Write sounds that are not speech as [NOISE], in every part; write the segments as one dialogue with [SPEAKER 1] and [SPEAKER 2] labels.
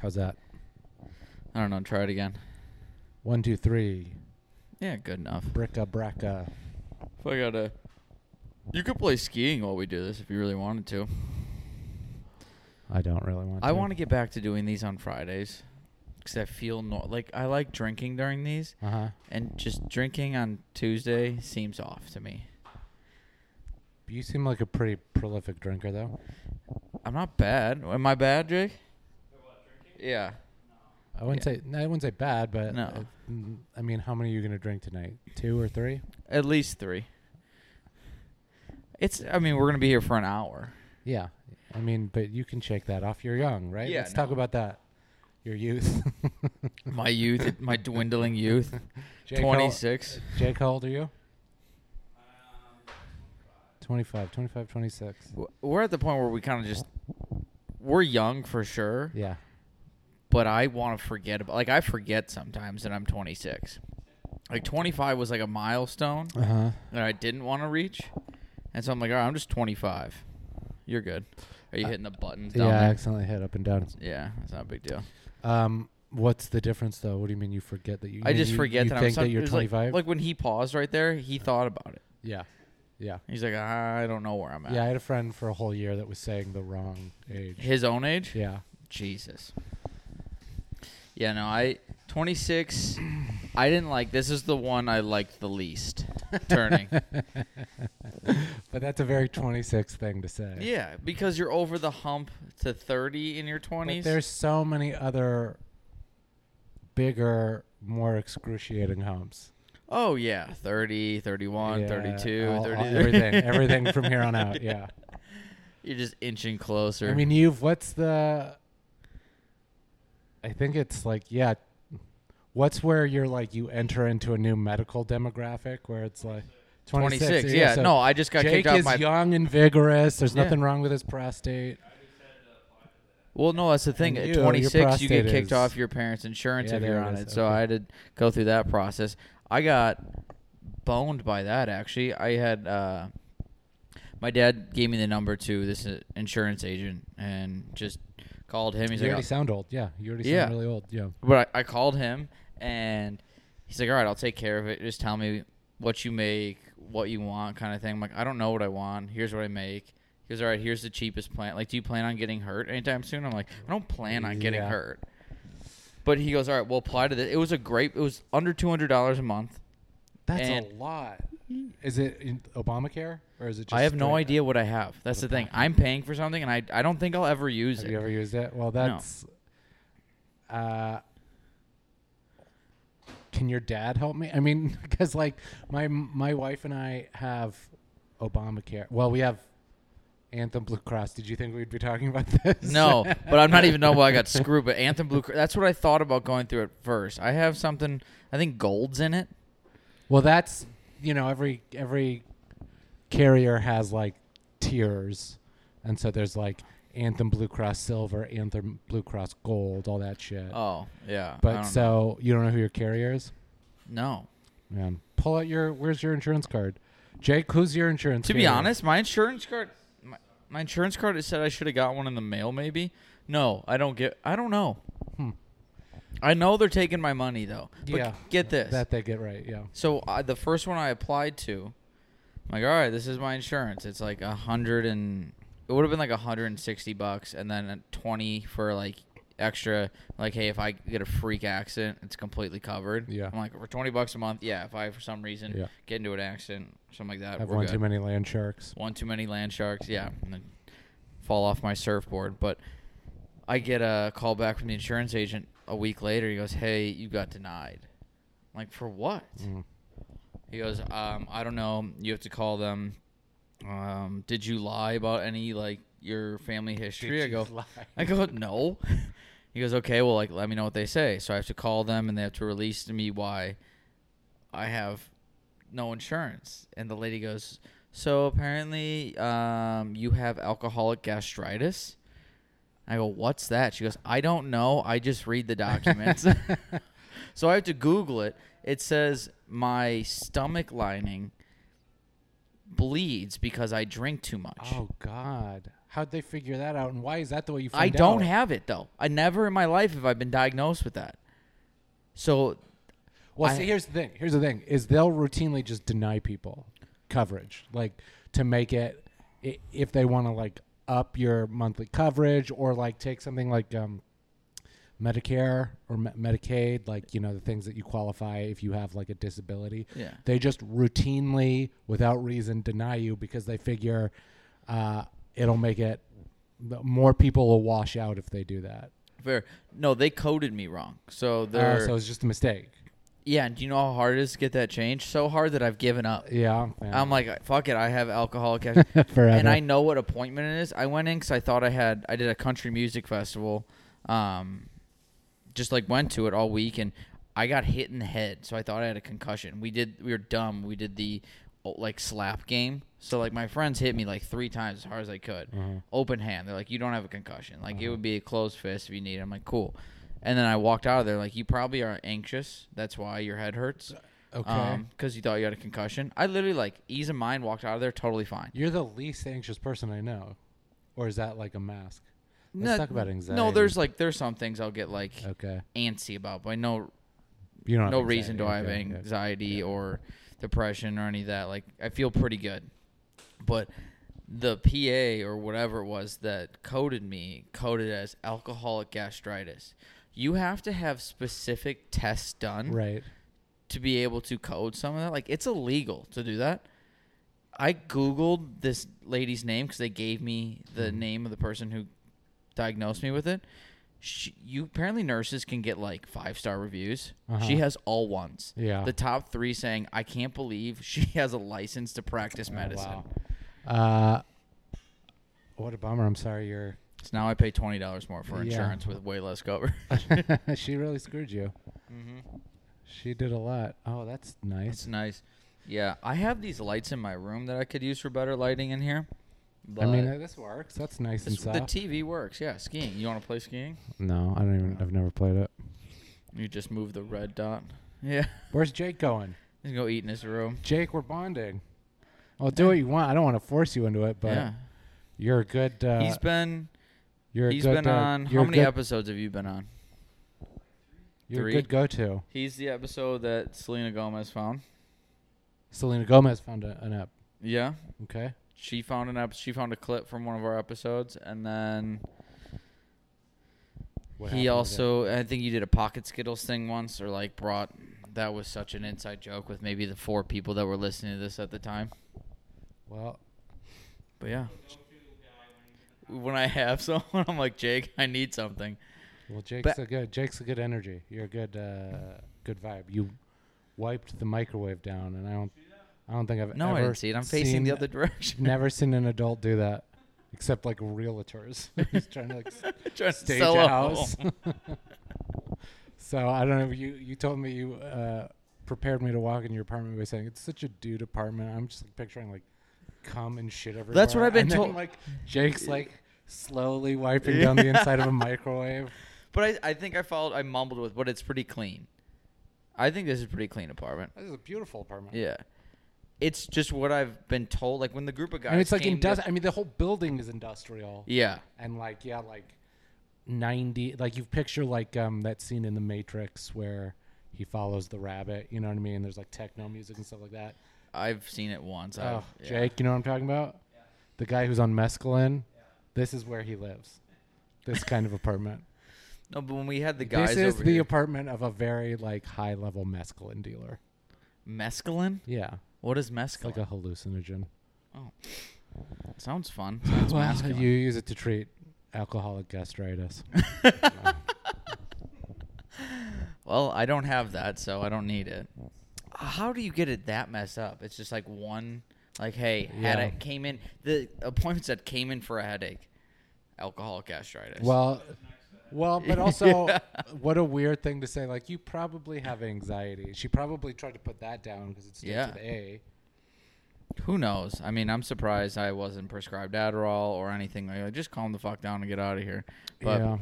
[SPEAKER 1] How's that?
[SPEAKER 2] I don't know. Try it again.
[SPEAKER 1] One, two, three.
[SPEAKER 2] Yeah, good enough.
[SPEAKER 1] Bricka bracka.
[SPEAKER 2] If I gotta, you could play skiing while we do this if you really wanted to.
[SPEAKER 1] I don't really want.
[SPEAKER 2] I
[SPEAKER 1] to.
[SPEAKER 2] want to get back to doing these on Fridays because I feel no- like I like drinking during these,
[SPEAKER 1] Uh huh.
[SPEAKER 2] and just drinking on Tuesday seems off to me.
[SPEAKER 1] You seem like a pretty prolific drinker, though.
[SPEAKER 2] I'm not bad. Am I bad, Jake? Yeah.
[SPEAKER 1] I wouldn't
[SPEAKER 2] Yeah.
[SPEAKER 1] say no, I wouldn't say bad, but
[SPEAKER 2] No.
[SPEAKER 1] uh, mm, I mean, how many are you gonna drink tonight? Two or three?
[SPEAKER 2] At least three. It's. I mean, we're gonna be here for an hour.
[SPEAKER 1] Yeah. I mean, but you can shake that off. You're young, right?
[SPEAKER 2] Yeah,
[SPEAKER 1] Let's talk
[SPEAKER 2] no.
[SPEAKER 1] about that. Your youth.
[SPEAKER 2] [LAUGHS] My youth, my dwindling youth.
[SPEAKER 1] [LAUGHS] Jake, how-
[SPEAKER 2] Twenty six.
[SPEAKER 1] Jake, how old are you? 25, 25, 26.
[SPEAKER 2] We're at the point where we kind of just. We're young for sure,
[SPEAKER 1] Yeah.
[SPEAKER 2] but I want to forget about. Like I forget sometimes that I'm 26. Like 25 was like a milestone
[SPEAKER 1] Uh huh.
[SPEAKER 2] that I didn't want to reach, and so I'm like, all right, I'm just 25. You're good. Are you
[SPEAKER 1] Uh,
[SPEAKER 2] hitting the buttons
[SPEAKER 1] Yeah,
[SPEAKER 2] down
[SPEAKER 1] I
[SPEAKER 2] there?
[SPEAKER 1] accidentally hit up and down.
[SPEAKER 2] Yeah, that's not a big deal.
[SPEAKER 1] Um, what's the difference though? What do you mean you forget that you?
[SPEAKER 2] I
[SPEAKER 1] you-
[SPEAKER 2] just
[SPEAKER 1] you-
[SPEAKER 2] forget
[SPEAKER 1] you
[SPEAKER 2] that I'm
[SPEAKER 1] think
[SPEAKER 2] some-
[SPEAKER 1] that you're
[SPEAKER 2] it was like-
[SPEAKER 1] 25.
[SPEAKER 2] Like, when he paused right there, he thought about it.
[SPEAKER 1] yeah, yeah,
[SPEAKER 2] He's like, I don't know where I'm at.
[SPEAKER 1] yeah. I had a friend for a whole year that was saying the wrong age.
[SPEAKER 2] His own age?
[SPEAKER 1] Yeah,
[SPEAKER 2] Jesus. Yeah, no, I 26. I didn't like this. Is the one I liked the least. [LAUGHS]
[SPEAKER 1] [LAUGHS]
[SPEAKER 2] Turning.
[SPEAKER 1] but that's a very 26 thing to say.
[SPEAKER 2] yeah, because you're over the hump to 30 in your
[SPEAKER 1] But
[SPEAKER 2] 20s.
[SPEAKER 1] there's so many other bigger, more excruciating humps.
[SPEAKER 2] oh yeah, 30, 31,
[SPEAKER 1] Yeah,
[SPEAKER 2] 32,
[SPEAKER 1] all- all-
[SPEAKER 2] 33.
[SPEAKER 1] everything, everything from here
[SPEAKER 2] [LAUGHS]
[SPEAKER 1] on out. Yeah.
[SPEAKER 2] You're just inching closer.
[SPEAKER 1] I mean, you've what's the? I think it's like yeah, what's where you're like you enter into a new medical demographic where it's like 26.
[SPEAKER 2] 26. yeah,
[SPEAKER 1] so
[SPEAKER 2] no, I just got
[SPEAKER 1] Jake
[SPEAKER 2] kicked out
[SPEAKER 1] is
[SPEAKER 2] of my
[SPEAKER 1] young and vigorous. There's
[SPEAKER 2] Yeah.
[SPEAKER 1] nothing wrong with his prostate.
[SPEAKER 2] Well, no, that's the thing.
[SPEAKER 1] And
[SPEAKER 2] At
[SPEAKER 1] you, your
[SPEAKER 2] 26, you get
[SPEAKER 1] prostate
[SPEAKER 2] kicked
[SPEAKER 1] is-
[SPEAKER 2] off your parents' insurance
[SPEAKER 1] Yeah,
[SPEAKER 2] if
[SPEAKER 1] there
[SPEAKER 2] you're
[SPEAKER 1] it
[SPEAKER 2] on
[SPEAKER 1] is.
[SPEAKER 2] it. So
[SPEAKER 1] Okay.
[SPEAKER 2] I had to go through that process. I got boned by that, actually. I had, uh, my dad gave me the number to this uh, insurance agent and just called him. He's
[SPEAKER 1] you
[SPEAKER 2] like,
[SPEAKER 1] already
[SPEAKER 2] "Oh."
[SPEAKER 1] sound old. Yeah, you already
[SPEAKER 2] Yeah.
[SPEAKER 1] sound really old. Yeah.
[SPEAKER 2] but I, I called him and he's like, all right, I'll take care of it. Just tell me what you make, what you want, kind of thing. I'm like, I don't know what I want. Here's what I make. He goes, all right, here's the cheapest plan. Like, do you plan on getting hurt anytime soon? I'm like, I don't plan on getting
[SPEAKER 1] Yeah.
[SPEAKER 2] hurt. But he goes, all right, we'll apply to this. It was a great, it was under $200 a month.
[SPEAKER 1] That's
[SPEAKER 2] And-
[SPEAKER 1] a lot. Is it in Obamacare or is it? just
[SPEAKER 2] I have no
[SPEAKER 1] like-
[SPEAKER 2] idea what I have. That's the thing. I'm paying for something and I, I don't think I'll ever use
[SPEAKER 1] Have
[SPEAKER 2] it.
[SPEAKER 1] you ever used it? Well, that's. Uh, can your dad help me? I mean, [LAUGHS] because like my my wife and I have Obamacare. Well, we have Anthem Blue Cross. Did you think we'd be talking about [LAUGHS] this?
[SPEAKER 2] [LAUGHS] No, but I'm not even know why I got screwed. But Anthem Blue, Cr- that's what I thought about going through at first. I have something, I think gold's in it.
[SPEAKER 1] well, that's you know every every carrier has like tiers, and so there's like Anthem Blue Cross Silver, Anthem Blue Cross Gold, all that shit.
[SPEAKER 2] Oh, yeah. I
[SPEAKER 1] but uh,
[SPEAKER 2] don't
[SPEAKER 1] so
[SPEAKER 2] know.
[SPEAKER 1] you don't know who your carrier is.
[SPEAKER 2] no.
[SPEAKER 1] Man, pull out your. Where's your insurance card, Jake? Who's your insurance?
[SPEAKER 2] To be
[SPEAKER 1] carrier?
[SPEAKER 2] honest, my insurance card, my, my insurance card it said I should have got one in the mail. Maybe. No, I don't get. I don't know.
[SPEAKER 1] Hmm.
[SPEAKER 2] I know they're taking my money though. But
[SPEAKER 1] Yeah.
[SPEAKER 2] Get this.
[SPEAKER 1] that they get right. Yeah.
[SPEAKER 2] so I, the first one I applied to, I'm like, all right, this is my insurance. It's like a hundred and it would have been like a hundred and sixty bucks, and then a twenty for like extra. Like, hey, if I get a freak accident, it's completely covered.
[SPEAKER 1] Yeah.
[SPEAKER 2] I'm like, for twenty bucks a month, yeah. If I for some reason
[SPEAKER 1] Yeah.
[SPEAKER 2] get into an accident, something like that,
[SPEAKER 1] Have
[SPEAKER 2] Uh, we're
[SPEAKER 1] one
[SPEAKER 2] good.
[SPEAKER 1] too many land sharks.
[SPEAKER 2] One too many land sharks, yeah, and then fall off my surfboard. But I get a call back from the insurance agent a week later. He goes, "Hey, you got denied." I'm like for what?
[SPEAKER 1] Mm.
[SPEAKER 2] He goes, um, "I don't know. You have to call them." Um, did you lie about any like your family history? I go, I go, no. [LAUGHS] He goes, okay, well, like, let me know what they say. So I have to call them, and they have to release to me why I have no insurance. And the lady goes, so apparently, um, you have alcoholic gastritis. I go, what's that? She goes, I don't know. I just read
[SPEAKER 1] [LAUGHS]
[SPEAKER 2] the documents. [LAUGHS] so I have to Google it. It says my stomach lining bleeds because I drink too much.
[SPEAKER 1] Oh God. How'd they figure that out, and why is that the way you? Find
[SPEAKER 2] I don't
[SPEAKER 1] out?
[SPEAKER 2] have it though. I never in my life have I been diagnosed with that. So
[SPEAKER 1] Well,
[SPEAKER 2] I-
[SPEAKER 1] see, here's the thing. Here's the thing: is they'll routinely just deny people coverage, like to make it i- if they want to like up your monthly coverage or like take something like um, Medicare or Me- Medicaid, like you know the things that you qualify if you have like a disability.
[SPEAKER 2] Yeah.
[SPEAKER 1] They just routinely, without reason, deny you because they figure uh, it'll make it more people will wash out if they do that.
[SPEAKER 2] fair. No, they coded me wrong. So
[SPEAKER 1] Uh,
[SPEAKER 2] they're
[SPEAKER 1] so it's just a mistake.
[SPEAKER 2] yeah. And do you know how hard it is to get that changed? So hard that I've given up.
[SPEAKER 1] Yeah, yeah.
[SPEAKER 2] I'm like, fuck it. I
[SPEAKER 1] [LAUGHS]
[SPEAKER 2] have alcoholic. ass-
[SPEAKER 1] forever.
[SPEAKER 2] and I know what appointment it is. I went in because I thought I had. I did a country music festival. Um, just like went to it all week, and I got hit in the head, so I thought I had a concussion. We did. We were dumb. We did the oh, like slap game. So like my friends hit me like three times as hard as I could,
[SPEAKER 1] Mm-hmm.
[SPEAKER 2] open hand. They're like, "You don't have a concussion. Like it would be a closed fist if you need." it." I'm like, "Cool." And then I walked out of there like, "You probably are anxious. That's why your head hurts."
[SPEAKER 1] Uh,
[SPEAKER 2] Um,
[SPEAKER 1] Okay.
[SPEAKER 2] Because you thought you had a concussion. I literally like ease of mind walked out of there totally fine.
[SPEAKER 1] You're the least anxious person I know. Or is that like a mask? Let's
[SPEAKER 2] No,
[SPEAKER 1] talk about anxiety.
[SPEAKER 2] No, there's like there's some things I'll get like
[SPEAKER 1] Okay.
[SPEAKER 2] antsy about, but no
[SPEAKER 1] You don't have
[SPEAKER 2] no reason do I have
[SPEAKER 1] anxiety, okay, okay.
[SPEAKER 2] anxiety or depression or any of that. Like I feel pretty good. But the PA or whatever it was that coded me coded as alcoholic gastritis. You have to have specific tests done
[SPEAKER 1] Right.
[SPEAKER 2] to be able to code some of that. Like it's illegal to do that. I googled this lady's name because they gave me the
[SPEAKER 1] Mm-hmm.
[SPEAKER 2] name of the person who diagnosed me with it. She, you apparently nurses can get like five star reviews. She
[SPEAKER 1] Uh-huh.
[SPEAKER 2] has all ones.
[SPEAKER 1] Yeah.
[SPEAKER 2] The top three saying, "I can't believe [LAUGHS] she has a license to practice medicine."
[SPEAKER 1] Oh, Wow. Uh, what a bummer. I'm sorry you're. [LAUGHS]
[SPEAKER 2] So now I pay twenty dollars more for
[SPEAKER 1] Yeah. Mm-hmm.
[SPEAKER 2] insurance with way
[SPEAKER 1] [LAUGHS]
[SPEAKER 2] less coverage.
[SPEAKER 1] she really screwed you. She did a lot. Oh, that's
[SPEAKER 2] It's
[SPEAKER 1] nice.
[SPEAKER 2] nice. Yeah, I have these lights in my room that I could use for better lighting in here.
[SPEAKER 1] I mean,
[SPEAKER 2] but-
[SPEAKER 1] uh, this works. That's nice and
[SPEAKER 2] This, the
[SPEAKER 1] soft.
[SPEAKER 2] TV works. Yeah, skiing. You want to play skiing?
[SPEAKER 1] no, I don't even. I've never played it.
[SPEAKER 2] You just move the red dot. [LAUGHS] Yeah.
[SPEAKER 1] Where's Jake going?
[SPEAKER 2] He's gonna go eat in his room.
[SPEAKER 1] Jake, we're bonding. Well, do what you want. I don't want to force you into it, but
[SPEAKER 2] yeah.
[SPEAKER 1] you're a good. Uh,
[SPEAKER 2] he's been
[SPEAKER 1] You're a
[SPEAKER 2] he's
[SPEAKER 1] good,
[SPEAKER 2] been
[SPEAKER 1] uh,
[SPEAKER 2] on
[SPEAKER 1] you're
[SPEAKER 2] how
[SPEAKER 1] a
[SPEAKER 2] many
[SPEAKER 1] good-
[SPEAKER 2] episodes have you been on?
[SPEAKER 1] You're
[SPEAKER 2] Three.
[SPEAKER 1] a good go-to.
[SPEAKER 2] He's the episode that Selena Gomez found.
[SPEAKER 1] Selena Gomez found a, an app.
[SPEAKER 2] Yeah.
[SPEAKER 1] Okay.
[SPEAKER 2] She found an ep- she found a clip from one of our episodes and then
[SPEAKER 1] What happened with
[SPEAKER 2] he
[SPEAKER 1] it?
[SPEAKER 2] also I think you did a pocket Skittles thing once or like brought that was such an inside joke with maybe the four people that were listening to this at the time.
[SPEAKER 1] Well,
[SPEAKER 2] But yeah. When I have [LAUGHS] someone, I'm like, Jake, I need something.
[SPEAKER 1] well, Jake's
[SPEAKER 2] But-
[SPEAKER 1] a good. Jake's a good energy. You're a good, uh, good vibe. You wiped the microwave down, and I don't. I don't think I've
[SPEAKER 2] No,
[SPEAKER 1] ever
[SPEAKER 2] I didn't see it. I'm facing the
[SPEAKER 1] seen-
[SPEAKER 2] other direction.
[SPEAKER 1] Never seen an adult do that, except like realtors [LAUGHS] who's trying
[SPEAKER 2] [LAUGHS]
[SPEAKER 1] to like s-
[SPEAKER 2] Trying to
[SPEAKER 1] stage
[SPEAKER 2] sell
[SPEAKER 1] a
[SPEAKER 2] a
[SPEAKER 1] house.
[SPEAKER 2] home.
[SPEAKER 1] [LAUGHS] so I don't know. You you told me you uh, prepared me to walk into your apartment by saying it's such a dude apartment. I'm just like picturing like cum and shit everywhere.
[SPEAKER 2] That's what I've been
[SPEAKER 1] And then,
[SPEAKER 2] told.
[SPEAKER 1] Like Jake's like slowly
[SPEAKER 2] [LAUGHS]
[SPEAKER 1] wiping down the inside of a microwave.
[SPEAKER 2] But I, I think I followed. I mumbled with, but it's pretty clean. I think this is a pretty clean apartment.
[SPEAKER 1] This is a beautiful apartment.
[SPEAKER 2] Yeah, it's just what I've been told. Like when the group of guys,
[SPEAKER 1] and it's like
[SPEAKER 2] came to-
[SPEAKER 1] industrial. I mean, the whole building is industrial.
[SPEAKER 2] Yeah,
[SPEAKER 1] and like yeah like 90 like you picture like um that scene in the matrix where he follows the rabbit you know what i mean there's like techno music and stuff like that
[SPEAKER 2] I've seen it once.
[SPEAKER 1] oh
[SPEAKER 2] I've, yeah.
[SPEAKER 1] jake you know what i'm talking about the guy who's on mescaline this is where he lives this kind of apartment
[SPEAKER 2] No, but when we had [LAUGHS] the guys
[SPEAKER 1] this is
[SPEAKER 2] over
[SPEAKER 1] the
[SPEAKER 2] here,
[SPEAKER 1] apartment of a very like high level mescaline dealer
[SPEAKER 2] mescaline.
[SPEAKER 1] yeah
[SPEAKER 2] What is
[SPEAKER 1] it's like
[SPEAKER 2] mescaline?
[SPEAKER 1] a hallucinogen
[SPEAKER 2] Sounds fun.
[SPEAKER 1] [LAUGHS]
[SPEAKER 2] Sounds
[SPEAKER 1] well
[SPEAKER 2] masculine.
[SPEAKER 1] you use it to treat alcoholic [LAUGHS] gastritis
[SPEAKER 2] Well, I don't have that, so I don't need it. How do you get it that messed up? It's just like one, like, hey, had
[SPEAKER 1] Yeah.
[SPEAKER 2] it came in. The appointment said came in for a headache, alcoholic gastritis.
[SPEAKER 1] Well, well, but [LAUGHS] also,
[SPEAKER 2] Yeah.
[SPEAKER 1] what a weird thing to say. Like, you probably have anxiety. She probably tried to put that down because it's yeah.
[SPEAKER 2] Yeah.
[SPEAKER 1] with A.
[SPEAKER 2] who knows? I mean, I'm surprised I wasn't prescribed Adderall or anything like that. Just calm the fuck down and get out of here. But
[SPEAKER 1] yeah,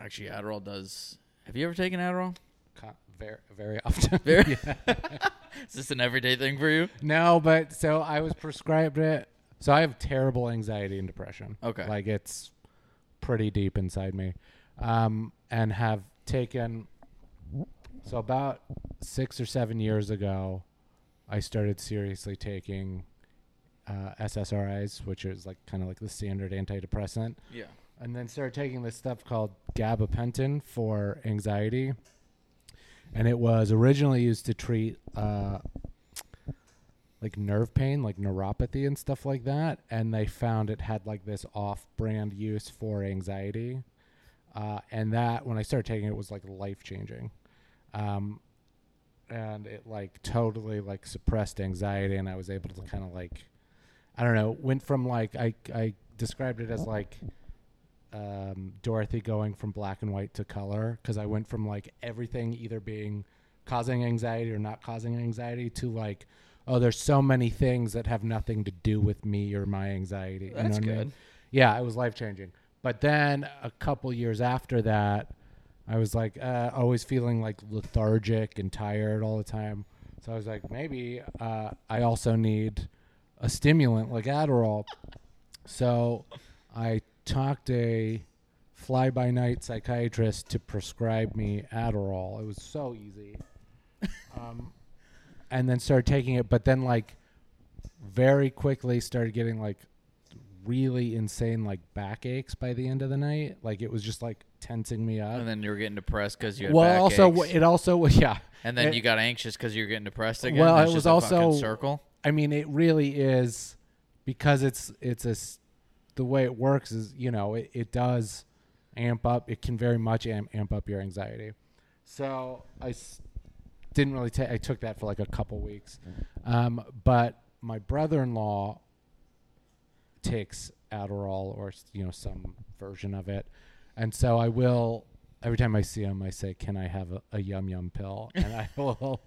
[SPEAKER 2] actually, Adderall does. Have you ever taken Adderall? [LAUGHS]
[SPEAKER 1] Co- very, very often. [LAUGHS]
[SPEAKER 2] Very- Is this an everyday thing for you?
[SPEAKER 1] no, but so I was prescribed it So I have terrible anxiety and depression.
[SPEAKER 2] Okay.
[SPEAKER 1] Like it's pretty deep inside me. Um, and have taken, so about six or seven years ago, I started seriously taking uh, SSRIs, which is like kind of like the standard antidepressant
[SPEAKER 2] Yeah.
[SPEAKER 1] and then started taking this stuff called gabapentin for anxiety. And it was originally used to treat uh, like nerve pain, like neuropathy and stuff like that. And they found it had like this off brand use for anxiety. Uh, and that, when I started taking it, was like life changing. Um, and it like totally like suppressed anxiety. And I was able to kind of like, I don't know, went from like, I, I described it as like, um, Dorothy going from black and white to color because
[SPEAKER 2] Mm-hmm.
[SPEAKER 1] I went from like everything either being causing anxiety or not causing anxiety to like, oh, there's so many things that have nothing to do with me or my anxiety. you know
[SPEAKER 2] That's
[SPEAKER 1] what I mean?
[SPEAKER 2] good.
[SPEAKER 1] Yeah, it was life changing. But then a couple years after that, I was like uh, always feeling like lethargic and tired all the time. So I was like, maybe uh, I also need a stimulant like Adderall. So I talked a fly by night psychiatrist to prescribe me Adderall. It was so easy. Um, and then started taking it, but then like very quickly started getting like really insane like backaches by the end of the night. Like it was just like tensing me up.
[SPEAKER 2] And then you were getting depressed because you had
[SPEAKER 1] well, also
[SPEAKER 2] backaches.
[SPEAKER 1] w- it also [LAUGHS] w- yeah.
[SPEAKER 2] and then
[SPEAKER 1] it-
[SPEAKER 2] you got anxious because you were getting depressed again.
[SPEAKER 1] Well,
[SPEAKER 2] That's
[SPEAKER 1] it was
[SPEAKER 2] just a
[SPEAKER 1] also-
[SPEAKER 2] fucking circle.
[SPEAKER 1] I mean, it really is because it's it's a s- the way it works is you know it, it does amp up. It can very much amp, amp up your anxiety. So I s- didn't really take. I took that for like a couple weeks, um, but my brother-in-law takes Adderall or you know some version of it, and so I will. Every time I see him, I say, "Can I have a, a yum yum
[SPEAKER 2] [LAUGHS]
[SPEAKER 1] pill?" And I will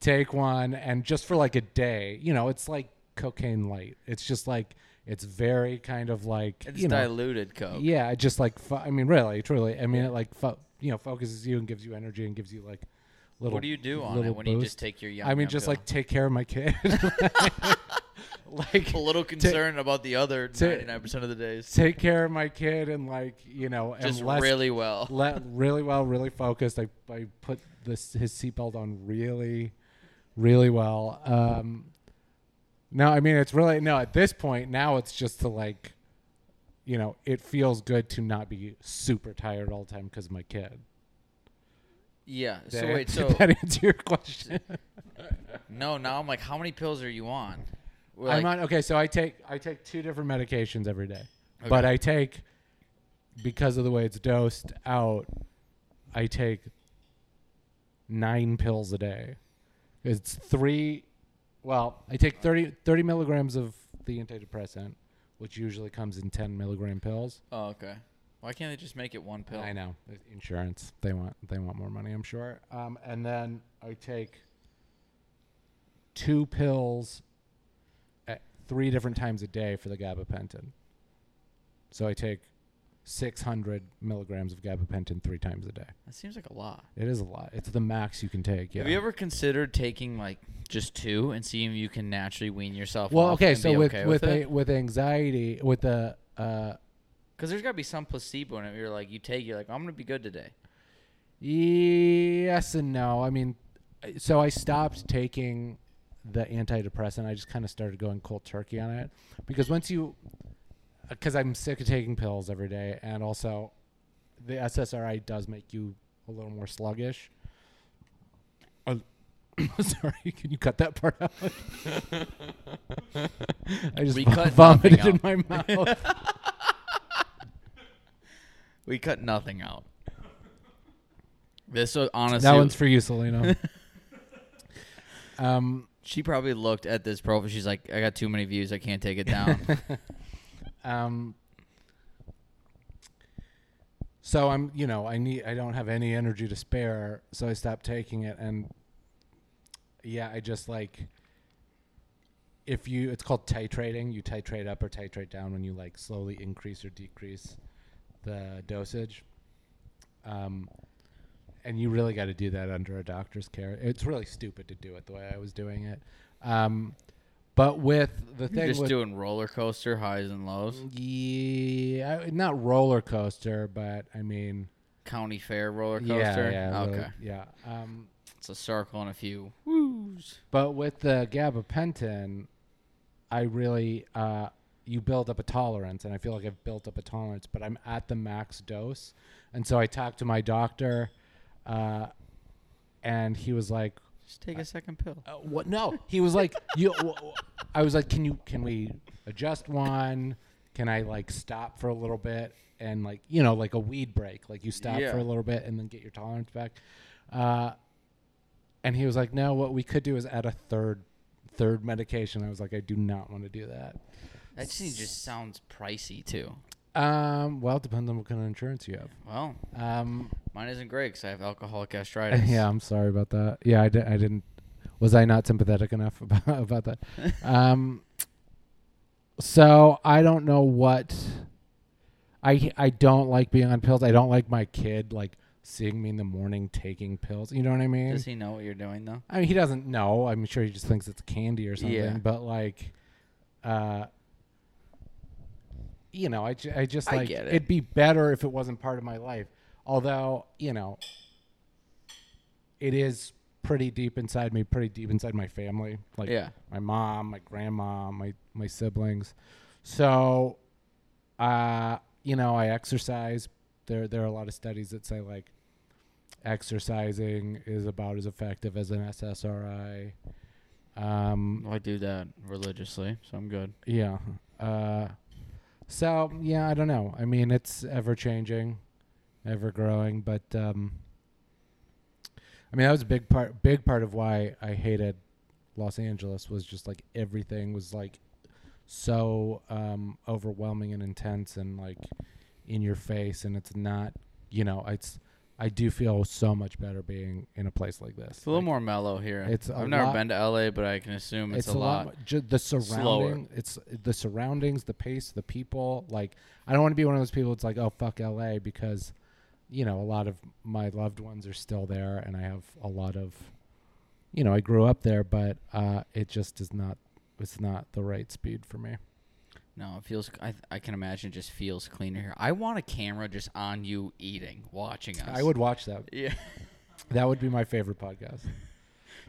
[SPEAKER 1] take one, and just for like a day, you know, it's like cocaine light. It's just like it's very kind of like
[SPEAKER 2] It's
[SPEAKER 1] you know,
[SPEAKER 2] diluted coke.
[SPEAKER 1] yeah, it just like fu- I mean, really, truly, I mean, it like fu- you know focuses you and gives you energy and gives you like little.
[SPEAKER 2] What do you do on
[SPEAKER 1] little
[SPEAKER 2] it when you
[SPEAKER 1] boost.
[SPEAKER 2] just take your yum?
[SPEAKER 1] I mean,
[SPEAKER 2] yum
[SPEAKER 1] just
[SPEAKER 2] pill?
[SPEAKER 1] like take care of my kid. [LAUGHS] like
[SPEAKER 2] [LAUGHS]
[SPEAKER 1] [LAUGHS]
[SPEAKER 2] a little concerned about the other
[SPEAKER 1] to-
[SPEAKER 2] ninety nine percent of the days.
[SPEAKER 1] take care of my kid and like you know and
[SPEAKER 2] Just
[SPEAKER 1] less,
[SPEAKER 2] really well.
[SPEAKER 1] le- really well really focused i, I put this his seatbelt on really really well um no i mean it's really no at this point now it's just to like you know it feels good to not be super tired all the time because of my kid
[SPEAKER 2] Yeah. So
[SPEAKER 1] Did I-
[SPEAKER 2] wait.
[SPEAKER 1] did
[SPEAKER 2] So
[SPEAKER 1] [LAUGHS] that answer your question
[SPEAKER 2] no. Now I'm like, how many pills are you on? We're
[SPEAKER 1] I'm
[SPEAKER 2] like-
[SPEAKER 1] on okay, so I take I take two different medications every day. But I take because of the way it's dosed out, I take nine pills a day. It's three well, I take 30, 30 milligrams of the antidepressant, which usually comes in ten milligram pills.
[SPEAKER 2] Oh, okay. Why can't they just make it one pill?
[SPEAKER 1] I know It's insurance. They want they want more money. I'm sure. Um, and then I take two pills at three different times a day for the gabapentin. So I take 600 milligrams of gabapentin three times a day.
[SPEAKER 2] That seems like a lot.
[SPEAKER 1] It is a lot. It's the max you can take. Yeah.
[SPEAKER 2] Have you ever considered taking like just two and seeing if you can naturally wean yourself?
[SPEAKER 1] well,
[SPEAKER 2] off
[SPEAKER 1] okay.
[SPEAKER 2] and
[SPEAKER 1] So
[SPEAKER 2] be
[SPEAKER 1] with
[SPEAKER 2] okay
[SPEAKER 1] with
[SPEAKER 2] with,
[SPEAKER 1] a, with anxiety with the uh,
[SPEAKER 2] because there's got to be some placebo in it. You're like, you take, you're like, I'm gonna be good today.
[SPEAKER 1] Yes and no. I mean, I- so I stopped taking the antidepressant. I just kind of started going cold turkey on it because once you, because I'm sick of taking pills every day, and also the SSRI does make you a little more sluggish. Uh, [COUGHS] Sorry, can you cut that part out? [LAUGHS] I just
[SPEAKER 2] We
[SPEAKER 1] vom-
[SPEAKER 2] cut nothing
[SPEAKER 1] vomited in my mouth.
[SPEAKER 2] [LAUGHS] We cut nothing out. This was honestly,
[SPEAKER 1] that one's for you,
[SPEAKER 2] [LAUGHS]
[SPEAKER 1] Selena. um.
[SPEAKER 2] she probably looked at this profile. She's like, I got too many views. I can't take
[SPEAKER 1] [LAUGHS]
[SPEAKER 2] it down.
[SPEAKER 1] Um, so I'm, you know, I need, I don't have any energy to spare, so I stopped taking it, and yeah, I just like, if you, it's called titrating. You titrate up or titrate down when you like slowly increase or decrease the dosage. Um, and you really got to do that under a doctor's care. It's really stupid to do it the way I was doing it. Um, But with the
[SPEAKER 2] You're
[SPEAKER 1] thing
[SPEAKER 2] just
[SPEAKER 1] with
[SPEAKER 2] doing roller coaster highs and lows,
[SPEAKER 1] yeah, I- not roller coaster, but I mean
[SPEAKER 2] county fair roller coaster.
[SPEAKER 1] yeah, yeah,
[SPEAKER 2] okay,
[SPEAKER 1] really- yeah. Um,
[SPEAKER 2] it's a circle and a few woos.
[SPEAKER 1] But with the gabapentin, I really uh, you build up a tolerance, and I feel like I've built up a tolerance, but I'm at the max dose, and so I talked to my doctor, uh, and he was like,
[SPEAKER 2] Just take a second pill.
[SPEAKER 1] uh, "What? No." He was like, [LAUGHS] "You." w- w- I was like, "Can you? Can we adjust one? Can I like stop for a little bit and like you know like a weed break? Like you stop
[SPEAKER 2] Yeah.
[SPEAKER 1] for a little bit and then get your tolerance back." Uh, and he was like, "No, what we could do is add a third, third medication." I was like, "I do not want to do that."
[SPEAKER 2] That just, just sounds pricey too.
[SPEAKER 1] Um, well, it depends on what kind of insurance you have.
[SPEAKER 2] Well,
[SPEAKER 1] Um,
[SPEAKER 2] mine isn't great because I have alcoholic gastritis.
[SPEAKER 1] [LAUGHS] yeah, I'm sorry about that. Yeah, I, di- I didn't. Was I not sympathetic enough [LAUGHS] about, about that? um, so I don't know what. I I don't like being on pills. I don't like my kid like seeing me in the morning taking pills. You know what I mean?
[SPEAKER 2] Does he know what you're doing though?
[SPEAKER 1] I mean, he doesn't know. I'm sure he just thinks it's candy or something.
[SPEAKER 2] Yeah.
[SPEAKER 1] But like, uh, you know, I, ju- I just
[SPEAKER 2] I
[SPEAKER 1] like
[SPEAKER 2] get it.
[SPEAKER 1] it'd be better if it wasn't part of my life. Although you know, it is pretty deep inside me, pretty deep inside my family. Like
[SPEAKER 2] Yeah.
[SPEAKER 1] my mom, my grandma, my my siblings. So, uh, you know, I exercise. There there are a lot of studies that say like exercising is about as effective as an SSRI. Um,
[SPEAKER 2] Well, I do that religiously, so I'm good.
[SPEAKER 1] yeah. Uh, so yeah, I don't know. I mean, it's ever changing, ever growing, but um, I mean, that was a big part. Big part of why I hated Los Angeles was just like everything was like so um, overwhelming and intense and like in your face, and it's not. You know, it's. I do feel so much better being in a place like this.
[SPEAKER 2] It's a little
[SPEAKER 1] Like,
[SPEAKER 2] more mellow here.
[SPEAKER 1] it's a
[SPEAKER 2] I've never
[SPEAKER 1] lot-
[SPEAKER 2] been to LA, but I can assume it's, a, lot.
[SPEAKER 1] mo- ju- the surrounding, it's the surroundings, the pace, the people. Like, I don't want to be one of those people that's like, oh fuck L.A. because, you know, a lot of my loved ones are still there, and I have a lot of, you know, I grew up there, but uh, it just is not, it's not the right speed for me.
[SPEAKER 2] No, it feels. I, I can imagine it just feels cleaner here. I want a camera just on you eating, watching us.
[SPEAKER 1] I would watch that.
[SPEAKER 2] Yeah.
[SPEAKER 1] That would be my favorite podcast.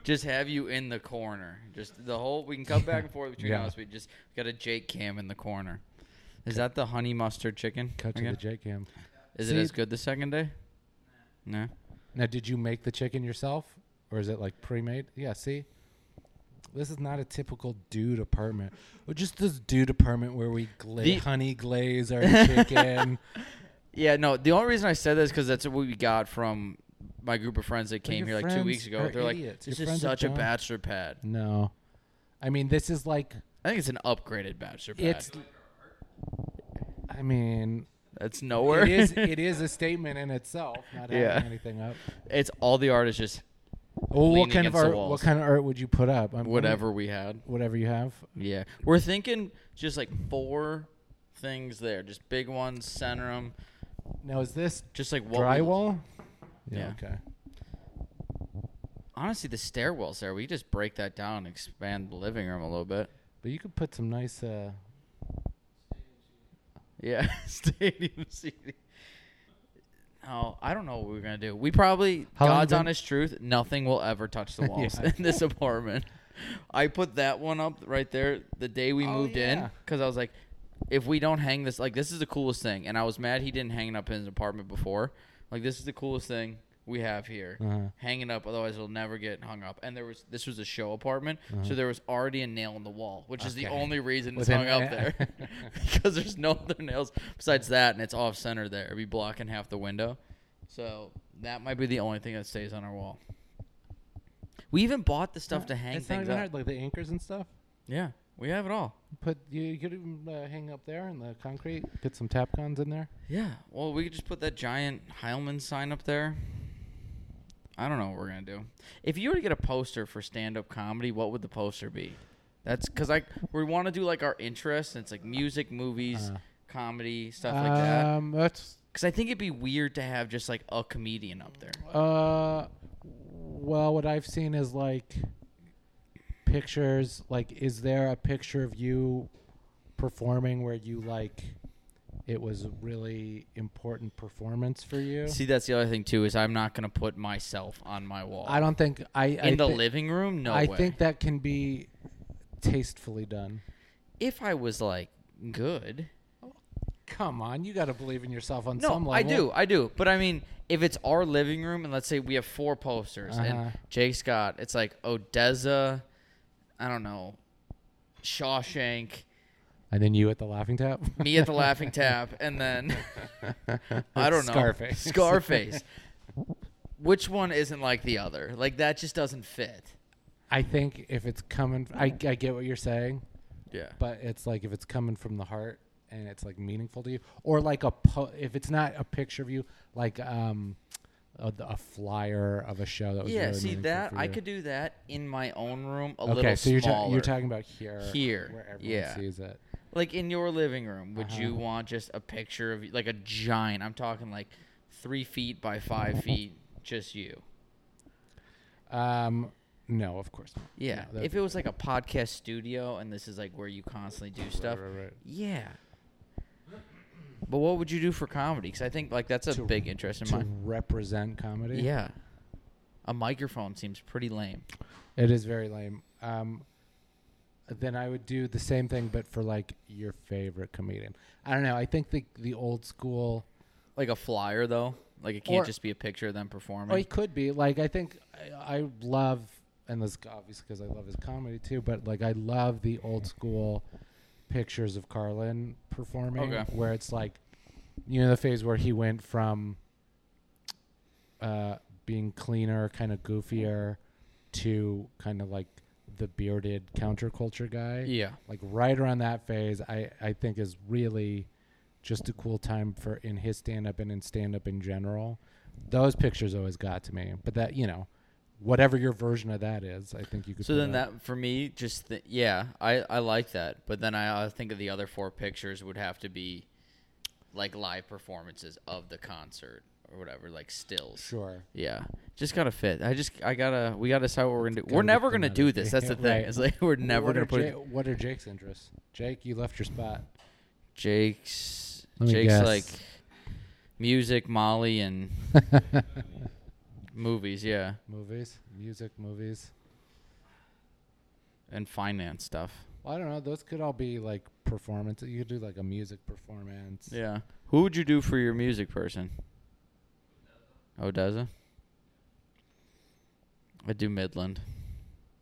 [SPEAKER 2] Just have you in the corner. Just the whole. We can come back and forth between
[SPEAKER 1] Yeah.
[SPEAKER 2] us. We just got a Jake Cam in the corner. Is that the honey mustard chicken?
[SPEAKER 1] Cut to
[SPEAKER 2] again?
[SPEAKER 1] the J cam.
[SPEAKER 2] Is
[SPEAKER 1] See-
[SPEAKER 2] it as good the second day? No.
[SPEAKER 1] Now, did you make the chicken yourself, or is it like pre-made? Yeah. See, this is not a typical dude apartment. Or just this dude apartment where we gla-
[SPEAKER 2] The-
[SPEAKER 1] honey glaze
[SPEAKER 2] [LAUGHS]
[SPEAKER 1] our chicken.
[SPEAKER 2] Yeah, no. The only reason I said that is because that's what we got from my group of friends that came
[SPEAKER 1] your
[SPEAKER 2] here like two
[SPEAKER 1] friends
[SPEAKER 2] weeks ago.
[SPEAKER 1] are
[SPEAKER 2] They're
[SPEAKER 1] idiots. Your
[SPEAKER 2] like, "This is
[SPEAKER 1] friends are
[SPEAKER 2] such a
[SPEAKER 1] dumb."
[SPEAKER 2] bachelor pad."
[SPEAKER 1] No, I mean this is like
[SPEAKER 2] I think it's an upgraded bachelor pad.
[SPEAKER 1] it's. I mean,
[SPEAKER 2] that's nowhere.
[SPEAKER 1] it
[SPEAKER 2] [LAUGHS]
[SPEAKER 1] is it is a statement in itself. Not having
[SPEAKER 2] Yeah.
[SPEAKER 1] anything up.
[SPEAKER 2] It's all the artists just
[SPEAKER 1] Well, what
[SPEAKER 2] Leaning
[SPEAKER 1] kind of
[SPEAKER 2] against the
[SPEAKER 1] art? What
[SPEAKER 2] walls.
[SPEAKER 1] kind of art would you put up? I'm-
[SPEAKER 2] whatever we had.
[SPEAKER 1] Whatever you have.
[SPEAKER 2] Yeah, we're thinking just like four things there, just big ones, center them,
[SPEAKER 1] Now is this
[SPEAKER 2] just like what we-
[SPEAKER 1] drywall?
[SPEAKER 2] Yeah.
[SPEAKER 1] Okay.
[SPEAKER 2] honestly, the stairwells there, we just break that down, and expand the living room a little bit.
[SPEAKER 1] But you could put some nice. Uh,
[SPEAKER 2] Yeah, [LAUGHS] stadium seating. No, I don't know what we're gonna do. We probably
[SPEAKER 1] How long
[SPEAKER 2] God's
[SPEAKER 1] been-
[SPEAKER 2] honest truth, nothing will ever
[SPEAKER 1] [LAUGHS]
[SPEAKER 2] touch the walls
[SPEAKER 1] Yeah.
[SPEAKER 2] in this apartment. I put that one up right there the day we
[SPEAKER 1] Oh,
[SPEAKER 2] moved in 'cause
[SPEAKER 1] yeah.
[SPEAKER 2] in because I was like, if we don't hang this, like this is the coolest thing. And I was mad he didn't hang it up in his apartment before. Like this is the coolest thing we have here.
[SPEAKER 1] Uh-huh.
[SPEAKER 2] Hang it up, otherwise it'll never get hung up. And there was this was a show apartment, so there was already a nail in the wall, which is the
[SPEAKER 1] Uh-huh. Okay.
[SPEAKER 2] only reason it's
[SPEAKER 1] Within-
[SPEAKER 2] hung up there
[SPEAKER 1] [LAUGHS]
[SPEAKER 2] [LAUGHS] because there's no other nails besides that, and it's off center there. It'd be blocking half the window, so that might be the only thing that stays on our wall. We even bought the stuff to hang
[SPEAKER 1] it's not
[SPEAKER 2] things
[SPEAKER 1] even
[SPEAKER 2] up.
[SPEAKER 1] hard, like the anchors and stuff.
[SPEAKER 2] Yeah, we have it all.
[SPEAKER 1] Put you, you could even uh, hang up there in the concrete. Get some tap guns in there.
[SPEAKER 2] Yeah. Well, we could just put that giant Heilman sign up there. I don't know what we're gonna do. If you were to get a poster for stand-up comedy, what would the poster be? That's because I we want to do like our interests. And it's like music, movies,
[SPEAKER 1] Uh.
[SPEAKER 2] comedy, stuff like that.
[SPEAKER 1] Um, that's
[SPEAKER 2] Because I think it'd be weird to have just like a comedian up there.
[SPEAKER 1] uh, well, what I've seen is like pictures? Like, is there a picture of you performing where you like it was a really important performance for you?
[SPEAKER 2] See, that's the other thing too is I'm not gonna put myself on my wall.
[SPEAKER 1] I don't think I I
[SPEAKER 2] in the
[SPEAKER 1] thi-
[SPEAKER 2] living room. No
[SPEAKER 1] I
[SPEAKER 2] way.
[SPEAKER 1] think that can be tastefully done.
[SPEAKER 2] if I was like good,
[SPEAKER 1] Come on, you got to believe in yourself on
[SPEAKER 2] no,
[SPEAKER 1] some level.
[SPEAKER 2] I do, I do. But I mean, if it's our living room and let's say we have four posters
[SPEAKER 1] Uh-huh.
[SPEAKER 2] and Jake's got it's like Odessa, I don't know, Shawshank,
[SPEAKER 1] And then you at the laughing tap.
[SPEAKER 2] [LAUGHS] me at the Laughing Tap, and
[SPEAKER 1] [LAUGHS]
[SPEAKER 2] then I don't know
[SPEAKER 1] Scarface.
[SPEAKER 2] Scarface. Which one isn't like the other? Like that just doesn't fit.
[SPEAKER 1] I think if it's coming, I, I get what you're saying,
[SPEAKER 2] Yeah.
[SPEAKER 1] but it's like if it's coming from the heart and it's like meaningful to you, or like a po- if it's not a picture of you, like um, a, a flyer of a show that was
[SPEAKER 2] yeah,
[SPEAKER 1] really
[SPEAKER 2] see
[SPEAKER 1] meaningful
[SPEAKER 2] that
[SPEAKER 1] for
[SPEAKER 2] I
[SPEAKER 1] you.
[SPEAKER 2] could do that in my own room a
[SPEAKER 1] okay,
[SPEAKER 2] little
[SPEAKER 1] so you're ta-
[SPEAKER 2] smaller.
[SPEAKER 1] you're talking about here,
[SPEAKER 2] Here,
[SPEAKER 1] where everyone
[SPEAKER 2] yeah.
[SPEAKER 1] sees it.
[SPEAKER 2] like in your living room. Would
[SPEAKER 1] Uh-huh.
[SPEAKER 2] you want just a picture of like a giant? I'm talking like three feet by five feet, just you.
[SPEAKER 1] Um, no, of course not.
[SPEAKER 2] Yeah.
[SPEAKER 1] No, that-
[SPEAKER 2] if it was like a podcast studio and this is like where you constantly do stuff,
[SPEAKER 1] right, right.
[SPEAKER 2] yeah. But what would you do for comedy? Because I think like that's a
[SPEAKER 1] To-
[SPEAKER 2] big interest in
[SPEAKER 1] to
[SPEAKER 2] mine.
[SPEAKER 1] represent comedy.
[SPEAKER 2] Yeah. A microphone seems pretty lame.
[SPEAKER 1] It is very lame. Um, then I would do the same thing, but for like your favorite comedian. I don't know. I think the the old school.
[SPEAKER 2] Like a flyer though. Like it can't
[SPEAKER 1] Or-
[SPEAKER 2] just be a picture of them performing.
[SPEAKER 1] Or it could be like I think I, I love, and this obviously because I love his comedy too. But like I love the old school pictures of Carlin performing,
[SPEAKER 2] Okay.
[SPEAKER 1] where it's like, you know, the phase where he went from uh, being cleaner, kind of goofier, to kind of like the bearded counterculture guy
[SPEAKER 2] yeah.
[SPEAKER 1] like right around that phase i i think is really just a cool time for in his stand up and in stand up in general those pictures always got to me but that you know whatever your version of that is i think you could
[SPEAKER 2] So
[SPEAKER 1] put
[SPEAKER 2] then
[SPEAKER 1] up.
[SPEAKER 2] that for me just th- yeah, I I like that. But then I, I think of the other four pictures would have to be like live performances of the concert or whatever, like stills.
[SPEAKER 1] sure
[SPEAKER 2] Yeah. Just got to fit. I just I got to we got to decide what we're going to do.
[SPEAKER 1] Gotta
[SPEAKER 2] We're
[SPEAKER 1] get
[SPEAKER 2] never
[SPEAKER 1] them
[SPEAKER 2] going to
[SPEAKER 1] out of
[SPEAKER 2] do
[SPEAKER 1] the
[SPEAKER 2] this.
[SPEAKER 1] way. [LAUGHS]
[SPEAKER 2] That's the thing.
[SPEAKER 1] Right.
[SPEAKER 2] It's like we're never
[SPEAKER 1] what
[SPEAKER 2] going
[SPEAKER 1] are,
[SPEAKER 2] to put
[SPEAKER 1] Ja- what are jake's interests jake you left your
[SPEAKER 2] [LAUGHS]
[SPEAKER 1] spot
[SPEAKER 2] Jake's
[SPEAKER 1] Let me
[SPEAKER 2] Jake's
[SPEAKER 1] guess.
[SPEAKER 2] like music,
[SPEAKER 1] [LAUGHS]
[SPEAKER 2] Molly and movies, yeah,
[SPEAKER 1] movies music movies
[SPEAKER 2] and finance stuff.
[SPEAKER 1] well, i don't know those could all be like performance you could do like a music performance
[SPEAKER 2] Yeah. Who would you do for your music person? Odessa. I do Midland.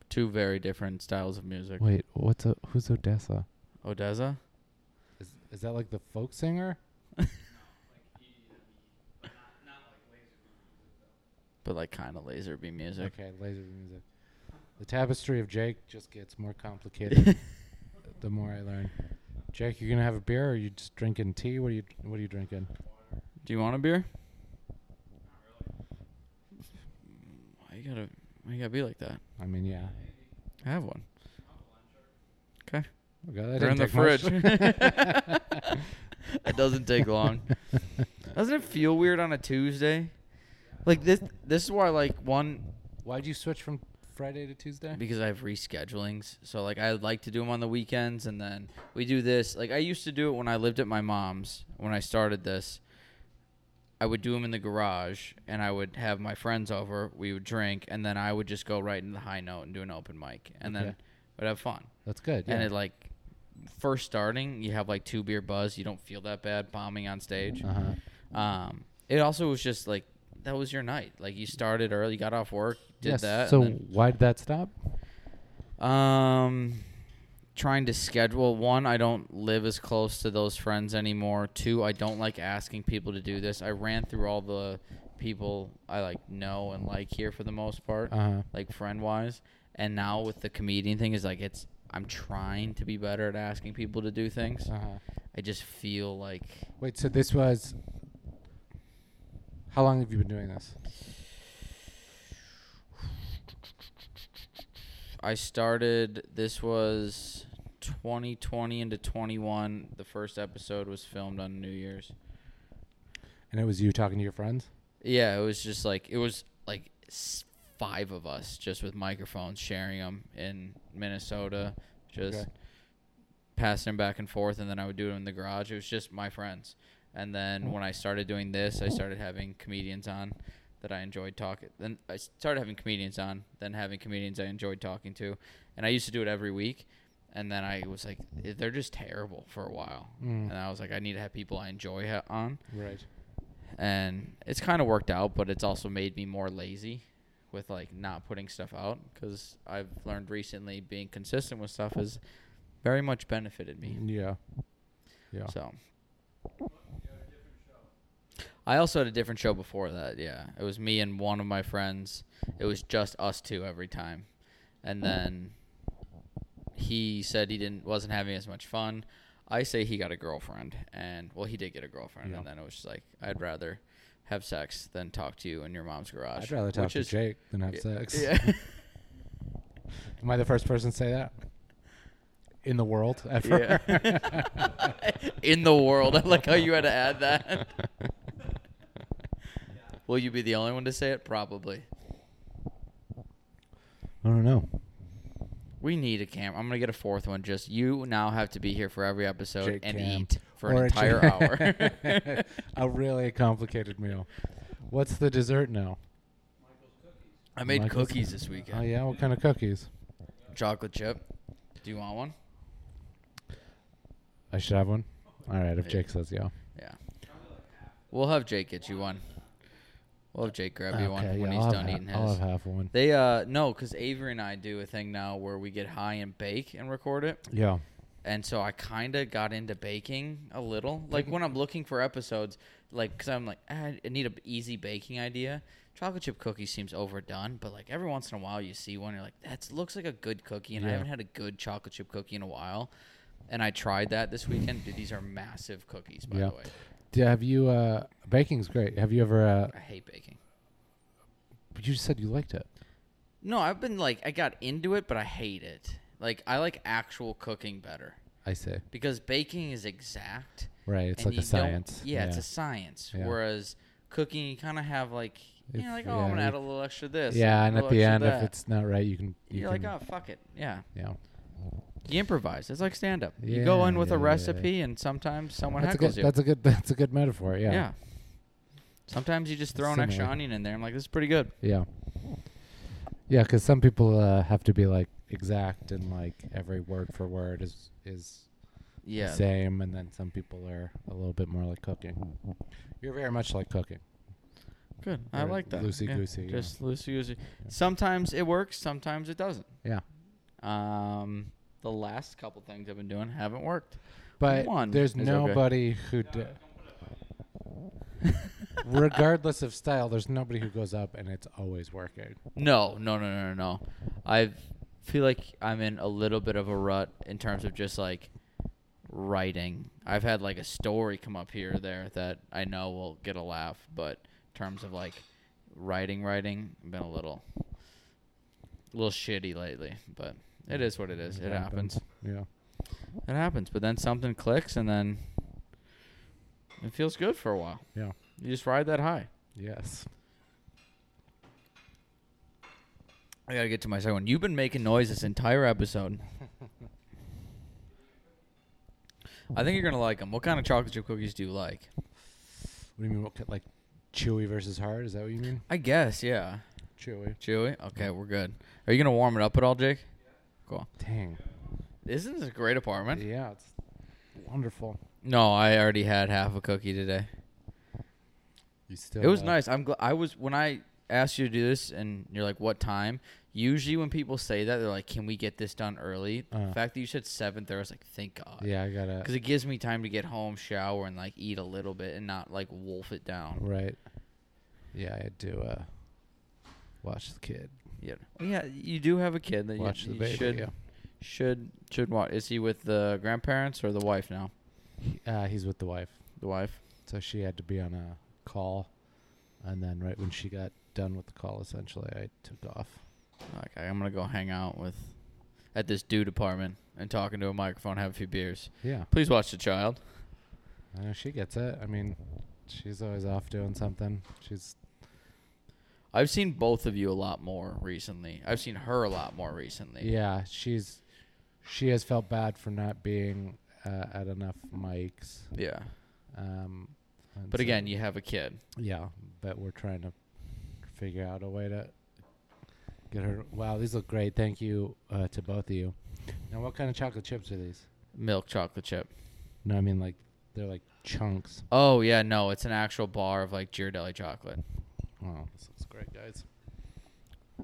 [SPEAKER 2] Two very different styles of music.
[SPEAKER 1] wait what's a who's odessa
[SPEAKER 2] [LAUGHS] Odessa?
[SPEAKER 1] is, is that like the folk singer
[SPEAKER 2] E But like kind of laser beam music.
[SPEAKER 1] Okay, laser music. The tapestry of Jake just gets more
[SPEAKER 2] [LAUGHS]
[SPEAKER 1] complicated the more I learn. Jake, you gonna have a beer or are you just drinking tea? What are you what are you drinking?
[SPEAKER 2] Do you want a beer? Why you gotta why you gotta be like that?
[SPEAKER 1] I mean, yeah.
[SPEAKER 2] I have one. Okay.
[SPEAKER 1] Okay, that
[SPEAKER 2] They're in
[SPEAKER 1] didn't
[SPEAKER 2] the
[SPEAKER 1] take much.
[SPEAKER 2] fridge. [LAUGHS] it doesn't
[SPEAKER 1] [LAUGHS]
[SPEAKER 2] take long. Doesn't it feel weird on a Tuesday? Like this this is why like one
[SPEAKER 1] Why'd you switch from Friday to Tuesday?
[SPEAKER 2] because I have reschedulings. So like I like to do them on the weekends, and then we do this. Like I used to do it when I lived at my mom's. When I started this, I would do them in the garage, and I would have my friends over. We would drink, and then I would just go right into the high note and do an open mic, and then
[SPEAKER 1] Okay.
[SPEAKER 2] would have fun.
[SPEAKER 1] That's good. Yeah.
[SPEAKER 2] And it like first starting, you have like two beer buzz. You don't feel that bad bombing on stage.
[SPEAKER 1] uh-huh.
[SPEAKER 2] Um, it also was just like that was your night. Like you started early, got off work, did
[SPEAKER 1] yes.
[SPEAKER 2] that. and
[SPEAKER 1] So
[SPEAKER 2] then-
[SPEAKER 1] why did that stop?
[SPEAKER 2] um, trying to schedule. One, I don't live as close to those friends anymore. Two, I don't like asking people to do this. I ran through all the people I like know and like here for the most part,
[SPEAKER 1] Uh-huh.
[SPEAKER 2] like friend wise. And now with the comedian thing, is like it's. I'm trying to be better at asking people to do things.
[SPEAKER 1] Uh-huh.
[SPEAKER 2] I just feel like
[SPEAKER 1] Wait, so this was How long have you been doing this?
[SPEAKER 2] I started. This was 2020 into 21. The first episode was filmed on New Year's.
[SPEAKER 1] And it was you talking to your friends?
[SPEAKER 2] Yeah, it was just like it was like s- five of us just with microphones sharing them in Minnesota, just
[SPEAKER 1] Okay.
[SPEAKER 2] passing them back and forth, and then I would do it in the garage. It was just my friends. And
[SPEAKER 1] Oh.
[SPEAKER 2] then when I started doing this, I started having comedians on that I enjoyed talking. Then I started having comedians on, then having comedians I enjoyed talking to, and I used to do it every week. And then I was like, eh, they're just terrible for a while,
[SPEAKER 1] Mm.
[SPEAKER 2] and I was like, I need to have people I enjoy ha- on
[SPEAKER 1] Right.
[SPEAKER 2] and it's kind of worked out, but it's also made me more lazy with like not putting stuff out because I've learned recently being consistent with stuff has very much benefited me.
[SPEAKER 1] Yeah. Yeah.
[SPEAKER 2] So I also had a different show before that. Yeah, it was me and one of my friends. It was just us two every time, and then he said he didn't wasn't having as much fun. I say he got a girlfriend, and well, he did get a girlfriend, and
[SPEAKER 1] Yeah.
[SPEAKER 2] then it was just like I'd rather have sex than talk to you in your mom's garage.
[SPEAKER 1] I'd rather talk
[SPEAKER 2] which
[SPEAKER 1] to
[SPEAKER 2] is-
[SPEAKER 1] Jake than have
[SPEAKER 2] Yeah,
[SPEAKER 1] sex.
[SPEAKER 2] Yeah. [LAUGHS]
[SPEAKER 1] Am I the first person to say that? In the world ever?
[SPEAKER 2] [LAUGHS] in the world. I like how you had to add that. Will you be the only one to say it? Probably.
[SPEAKER 1] I don't know.
[SPEAKER 2] We need a cam. I'm gonna get a fourth one. Just you now have to be here for every episode
[SPEAKER 1] Jake
[SPEAKER 2] and
[SPEAKER 1] Cam.
[SPEAKER 2] eat for
[SPEAKER 1] Or
[SPEAKER 2] an
[SPEAKER 1] a
[SPEAKER 2] entire hour.
[SPEAKER 1] Jake- [LAUGHS] a really complicated meal. What's the dessert now?
[SPEAKER 2] [LAUGHS] I made
[SPEAKER 1] Michael's-
[SPEAKER 2] cookies this weekend.
[SPEAKER 1] Oh yeah, what kind of cookies?
[SPEAKER 2] Chocolate chip. Do you want one?
[SPEAKER 1] I should have one. All right, if
[SPEAKER 2] Yeah.
[SPEAKER 1] Jake says yeah.
[SPEAKER 2] Yeah. We'll have Jake get you one. We'll have Jake grab you one
[SPEAKER 1] Okay,
[SPEAKER 2] when
[SPEAKER 1] yeah,
[SPEAKER 2] he's
[SPEAKER 1] I'll
[SPEAKER 2] done
[SPEAKER 1] have,
[SPEAKER 2] eating
[SPEAKER 1] ha- I'll
[SPEAKER 2] his.
[SPEAKER 1] have half one.
[SPEAKER 2] They uh no, because Avery and I do a thing now where we get high and bake and record it.
[SPEAKER 1] Yeah.
[SPEAKER 2] and so I kind of got into baking a little. Like when I'm looking for episodes, like because I'm like "Ah, I need an easy baking idea. Chocolate chip cookie seems overdone, but like every once in a while you see one, you're like, that looks like a good cookie, and I
[SPEAKER 1] Yeah.
[SPEAKER 2] haven't had a good chocolate chip cookie in a while. And I tried that this weekend. Dude, these are massive cookies, by
[SPEAKER 1] Yeah.
[SPEAKER 2] the way.
[SPEAKER 1] Do, have you uh baking's great. Have you ever uh
[SPEAKER 2] I hate baking.
[SPEAKER 1] but you said you liked it.
[SPEAKER 2] No, I've been like I got into it, but I hate it. Like I like actual cooking better
[SPEAKER 1] I see.
[SPEAKER 2] because baking is exact.
[SPEAKER 1] Right, it's like
[SPEAKER 2] and
[SPEAKER 1] a
[SPEAKER 2] you don't-
[SPEAKER 1] science.
[SPEAKER 2] Yeah, it's a science.
[SPEAKER 1] Yeah.
[SPEAKER 2] Whereas cooking, you kind of have like, you
[SPEAKER 1] If-
[SPEAKER 2] know, like, oh,
[SPEAKER 1] yeah,
[SPEAKER 2] I'm gonna add
[SPEAKER 1] you-
[SPEAKER 2] a little extra this.
[SPEAKER 1] Yeah,
[SPEAKER 2] a
[SPEAKER 1] and at
[SPEAKER 2] little
[SPEAKER 1] the end
[SPEAKER 2] extra
[SPEAKER 1] if
[SPEAKER 2] that.
[SPEAKER 1] it's not right, you can you
[SPEAKER 2] you're
[SPEAKER 1] can,
[SPEAKER 2] like, oh, fuck it, yeah.
[SPEAKER 1] yeah.
[SPEAKER 2] You improvise. It's like stand up. you go
[SPEAKER 1] Yeah,
[SPEAKER 2] in with
[SPEAKER 1] yeah,
[SPEAKER 2] a
[SPEAKER 1] yeah, yeah.
[SPEAKER 2] recipe, and sometimes someone
[SPEAKER 1] that's a
[SPEAKER 2] heckles
[SPEAKER 1] good
[SPEAKER 2] you.
[SPEAKER 1] that's a good that's a good metaphor. Yeah.
[SPEAKER 2] Sometimes you just throw an extra
[SPEAKER 1] Similar.
[SPEAKER 2] onion in there. I'm like, this is pretty good.
[SPEAKER 1] Yeah. Yeah, because some people uh, have to be like exact and like every word for word is is
[SPEAKER 2] Yeah.
[SPEAKER 1] the same, and then some people are a little bit more like cooking. You're very much like cooking.
[SPEAKER 2] Good. I
[SPEAKER 1] Or
[SPEAKER 2] like that.
[SPEAKER 1] loosey-goosey,
[SPEAKER 2] Yeah.
[SPEAKER 1] yeah.
[SPEAKER 2] Just loosey goosey.
[SPEAKER 1] Yeah.
[SPEAKER 2] Sometimes it works. Sometimes it doesn't.
[SPEAKER 1] Yeah,
[SPEAKER 2] Um, the last couple things I've been doing haven't worked.
[SPEAKER 1] but
[SPEAKER 2] One
[SPEAKER 1] there's
[SPEAKER 2] is okay. [LAUGHS]
[SPEAKER 1] nobody who, d- regardless of style, there's nobody who goes up and it's always working.
[SPEAKER 2] No, no, no, no, no, no. I feel like I'm in a little bit of a rut in terms of just like writing. I've had like a story come up here or there that I know will get a laugh, but in terms of like writing, writing, I've been a little, a little shitty lately. But it is what it is. It happens.
[SPEAKER 1] Yeah.
[SPEAKER 2] It happens. But then something clicks, and then it feels good for a while.
[SPEAKER 1] Yeah.
[SPEAKER 2] You just ride that high.
[SPEAKER 1] Yes. [LAUGHS]
[SPEAKER 2] I gotta get to my second one. You've been making noise this entire episode. I think you're gonna like them. What kind of chocolate chip cookies do you like?
[SPEAKER 1] What do you mean? What, ki- like chewy versus hard? Is that what you mean?
[SPEAKER 2] I guess, yeah.
[SPEAKER 1] Chewy.
[SPEAKER 2] Chewy. Okay, we're good. Are you gonna warm it up at all, Jake? Cool.
[SPEAKER 1] Dang.
[SPEAKER 2] Isn't this a great apartment?
[SPEAKER 1] Yeah, it's wonderful.
[SPEAKER 2] No, I already had half a cookie today.
[SPEAKER 1] You still.
[SPEAKER 2] It was
[SPEAKER 1] uh,
[SPEAKER 2] nice. I'm. Gl- I was when I asked you to do this, and you're like, "What time?" Usually, when people say that, they're like, "Can we get this done early?"
[SPEAKER 1] Uh.
[SPEAKER 2] the fact that you said seven thirty, I was like, "Thank God."
[SPEAKER 1] Yeah, I gotta.
[SPEAKER 2] because it gives me time to get home, shower, and like eat a little bit, and not like wolf it down.
[SPEAKER 1] Right. Yeah, I had to uh, watch the kid.
[SPEAKER 2] Yeah, yeah. You do have a kid that
[SPEAKER 1] Watch
[SPEAKER 2] you,
[SPEAKER 1] the
[SPEAKER 2] you
[SPEAKER 1] baby.
[SPEAKER 2] should
[SPEAKER 1] yeah.
[SPEAKER 2] should should watch. Is he with the grandparents or the wife now?
[SPEAKER 1] He- Uh, he's with the wife,
[SPEAKER 2] The wife.
[SPEAKER 1] so she had to be on a call, and then right when she got done with the call, essentially, I took off.
[SPEAKER 2] Like I'm gonna go hang out with at this dude apartment and talking to a microphone, have a few beers.
[SPEAKER 1] Yeah,
[SPEAKER 2] Please watch the child.
[SPEAKER 1] I know she gets it. I mean, she's always off doing something. She's
[SPEAKER 2] I've seen both of you a lot more recently. I've seen her a lot more recently.
[SPEAKER 1] Yeah, she's she has felt bad for not being uh, at enough mics.
[SPEAKER 2] Yeah.
[SPEAKER 1] Um, and
[SPEAKER 2] But
[SPEAKER 1] so-
[SPEAKER 2] again, you have a kid.
[SPEAKER 1] yeah, but we're trying to figure out a way to get her. Wow, these look great. Thank you uh, to both of you. Now, what kind of chocolate chips are these?
[SPEAKER 2] Milk chocolate chip.
[SPEAKER 1] No, I mean like they're like chunks.
[SPEAKER 2] Oh yeah, no, it's an actual bar of like Ghirardelli chocolate.
[SPEAKER 1] Wow, this looks great, guys.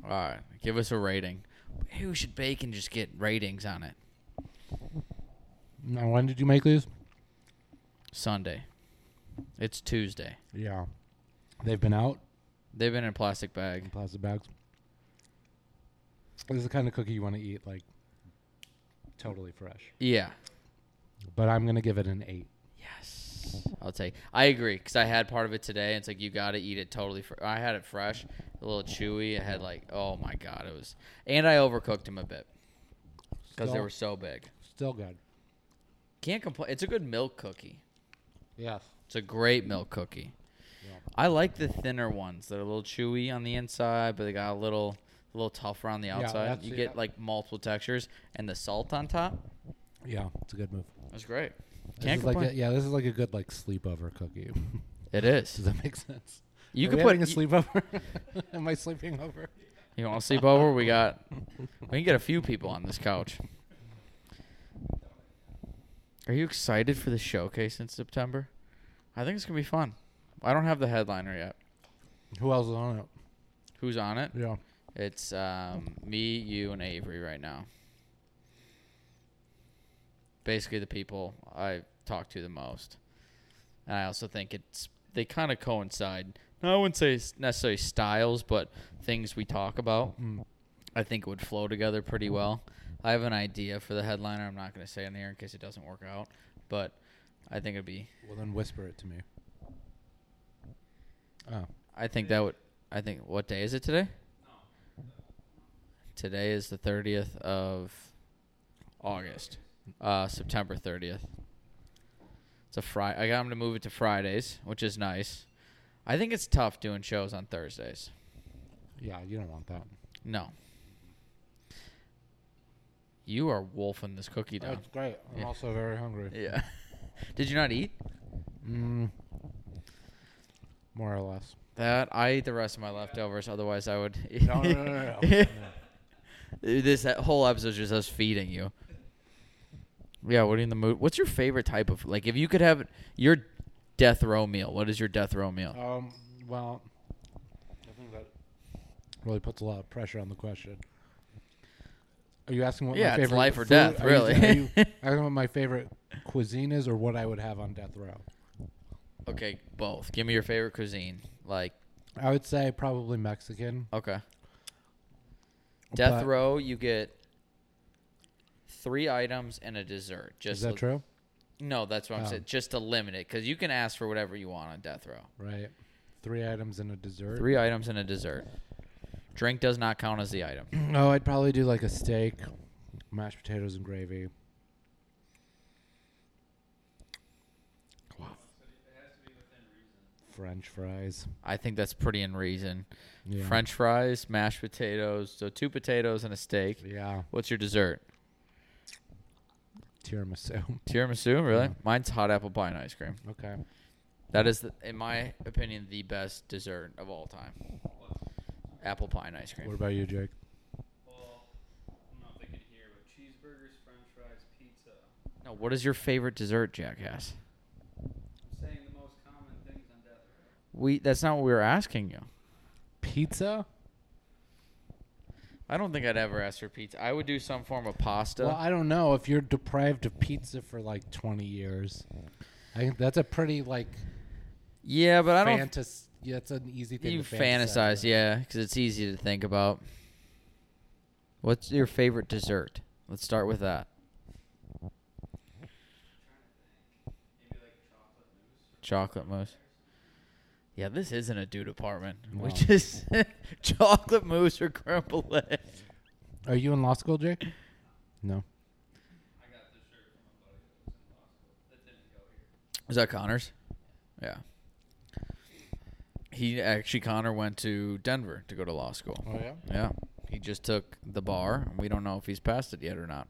[SPEAKER 2] All right, give us a rating. Maybe we should bake and just get ratings on it
[SPEAKER 1] Now, when did you make these?
[SPEAKER 2] Sunday. It's Tuesday.
[SPEAKER 1] Yeah, they've been out
[SPEAKER 2] They've been in a plastic
[SPEAKER 1] in
[SPEAKER 2] bag.
[SPEAKER 1] plastic bags. This is the kind of cookie you want to eat like totally fresh.
[SPEAKER 2] Yeah.
[SPEAKER 1] But I'm gonna give it an eight.
[SPEAKER 2] Yes. I'll take. I agree because I had part of it today. And it's like you got to eat it totally. Fr- I had it fresh, a little chewy. It had like, oh my god, it was. And I overcooked them a bit because they
[SPEAKER 1] Still-
[SPEAKER 2] were so big.
[SPEAKER 1] Still good.
[SPEAKER 2] Can't complain. It's a good milk cookie.
[SPEAKER 1] Yes.
[SPEAKER 2] It's a great milk cookie.
[SPEAKER 1] Yeah.
[SPEAKER 2] I like the thinner ones. They're a little chewy on the inside, but they got a little, a little tougher on the
[SPEAKER 1] Yeah,
[SPEAKER 2] outside.
[SPEAKER 1] that's-
[SPEAKER 2] you
[SPEAKER 1] yeah.
[SPEAKER 2] get like multiple textures, and the salt on top.
[SPEAKER 1] Yeah, it's a good move.
[SPEAKER 2] That's great.
[SPEAKER 1] This
[SPEAKER 2] Can't
[SPEAKER 1] is like
[SPEAKER 2] complain.
[SPEAKER 1] a, yeah, this is like a good like sleepover cookie. [LAUGHS]
[SPEAKER 2] it is.
[SPEAKER 1] Does that make sense?
[SPEAKER 2] You
[SPEAKER 1] Are
[SPEAKER 2] could
[SPEAKER 1] we
[SPEAKER 2] put.
[SPEAKER 1] having a
[SPEAKER 2] you-
[SPEAKER 1] sleepover. [LAUGHS] Am I sleeping over?
[SPEAKER 2] You want to sleep over? We got. We can get a few people on this couch. Are you excited for the showcase in September? I think it's gonna be fun. I don't have the headliner yet.
[SPEAKER 1] Who else is on it?
[SPEAKER 2] Who's on it?
[SPEAKER 1] Yeah.
[SPEAKER 2] It's um, me, you, and Avery right now. Basically, the people I talk to the most, and I also think it's they kind of coincide. No, I wouldn't say s- necessarily styles, but things we talk about.
[SPEAKER 1] Mm.
[SPEAKER 2] I think it would flow together pretty well. I have an idea for the headliner. I'm not going to say it in here in case it doesn't work out, but I think it'd be.
[SPEAKER 1] Well, then whisper it to me. Oh,
[SPEAKER 2] I think that would. I think what day is it today? Today is the 30th of August. Uh, September 30th. It's a Friday. I got them to move it to Fridays, which is nice. I think it's tough doing shows on Thursdays.
[SPEAKER 1] yeah. You don't want that.
[SPEAKER 2] No. You are wolfing this cookie down.
[SPEAKER 1] That's Oh, great. I'm
[SPEAKER 2] Yeah.
[SPEAKER 1] also very hungry.
[SPEAKER 2] Yeah. [LAUGHS] Did you not eat?
[SPEAKER 1] Mm. More or
[SPEAKER 2] [LAUGHS]
[SPEAKER 1] less.
[SPEAKER 2] That I ate the rest of my leftovers. Otherwise, I would. [LAUGHS]
[SPEAKER 1] No, no, no, no, no.
[SPEAKER 2] this whole episode is just us feeding you. Yeah, what are you in the mood? What's your favorite type of like? If you could have your death row meal, what is your death row meal? [LAUGHS]
[SPEAKER 1] Um. Well, I think that really puts a lot of pressure on the question. Are you asking what my
[SPEAKER 2] Yeah, it's
[SPEAKER 1] favorite
[SPEAKER 2] life or
[SPEAKER 1] food-
[SPEAKER 2] death,
[SPEAKER 1] are you-
[SPEAKER 2] really.
[SPEAKER 1] are
[SPEAKER 2] [LAUGHS]
[SPEAKER 1] you asking what my favorite cuisine is, or what I would have on death row?
[SPEAKER 2] Okay, both. Give me your favorite cuisine. Like,
[SPEAKER 1] I would say probably Mexican.
[SPEAKER 2] okay, death
[SPEAKER 1] but-
[SPEAKER 2] row, you get three items and a dessert. Just
[SPEAKER 1] Is that
[SPEAKER 2] a-
[SPEAKER 1] true?
[SPEAKER 2] No, that's what I'm
[SPEAKER 1] Oh.
[SPEAKER 2] saying. Just to limit it, because you can ask for whatever you want on death row.
[SPEAKER 1] Right. Three items and a dessert.
[SPEAKER 2] Three items and a dessert. Drink does not count as the item.
[SPEAKER 1] No, I'd probably do like a steak, mashed potatoes and gravy. French fries.
[SPEAKER 2] I think that's pretty in reason.
[SPEAKER 1] Yeah.
[SPEAKER 2] French fries, mashed potatoes, so two potatoes and a steak.
[SPEAKER 1] Yeah.
[SPEAKER 2] What's your dessert?
[SPEAKER 1] Tiramisu.
[SPEAKER 2] Tiramisu, really?
[SPEAKER 1] Yeah.
[SPEAKER 2] Mine's hot apple pie and ice cream.
[SPEAKER 1] Okay.
[SPEAKER 2] That is, the, in my opinion, the best dessert of all time. Apple pie and ice
[SPEAKER 1] What
[SPEAKER 2] cream.
[SPEAKER 1] about you, Jake?
[SPEAKER 3] Well, I don't know if they could hear, but cheeseburgers, french fries, pizza.
[SPEAKER 2] No, what is your favorite dessert, Jackass?
[SPEAKER 3] I'm saying the most common things on death row.
[SPEAKER 2] We that's not what we were asking you.
[SPEAKER 1] Pizza?
[SPEAKER 2] I don't think I'd ever ask for pizza. I would do some form of pasta.
[SPEAKER 1] Well, I don't know. If you're deprived of pizza for like 20 years, I think that's a pretty like
[SPEAKER 2] yeah, but I don't.
[SPEAKER 1] fantas- yeah, it's an easy thing
[SPEAKER 2] You
[SPEAKER 1] to fantasize.
[SPEAKER 2] fantasize,
[SPEAKER 1] about.
[SPEAKER 2] yeah, because it's easy to think about. What's your favorite dessert? Let's start with that.
[SPEAKER 3] Maybe like
[SPEAKER 2] Chocolate
[SPEAKER 3] chocolate mousse.
[SPEAKER 2] mousse. Yeah, this isn't a dude apartment.
[SPEAKER 1] No.
[SPEAKER 2] We just [LAUGHS] chocolate mousse or creme brulee.
[SPEAKER 1] Are you in law school, Jake? No.
[SPEAKER 3] I got this shirt from a buddy that was in law school that didn't go here.
[SPEAKER 2] Is that Connors? Yeah. he actually Connor went to Denver to go to law school.
[SPEAKER 1] Oh yeah.
[SPEAKER 2] Yeah, he just took the bar. We don't know if he's passed it yet or not.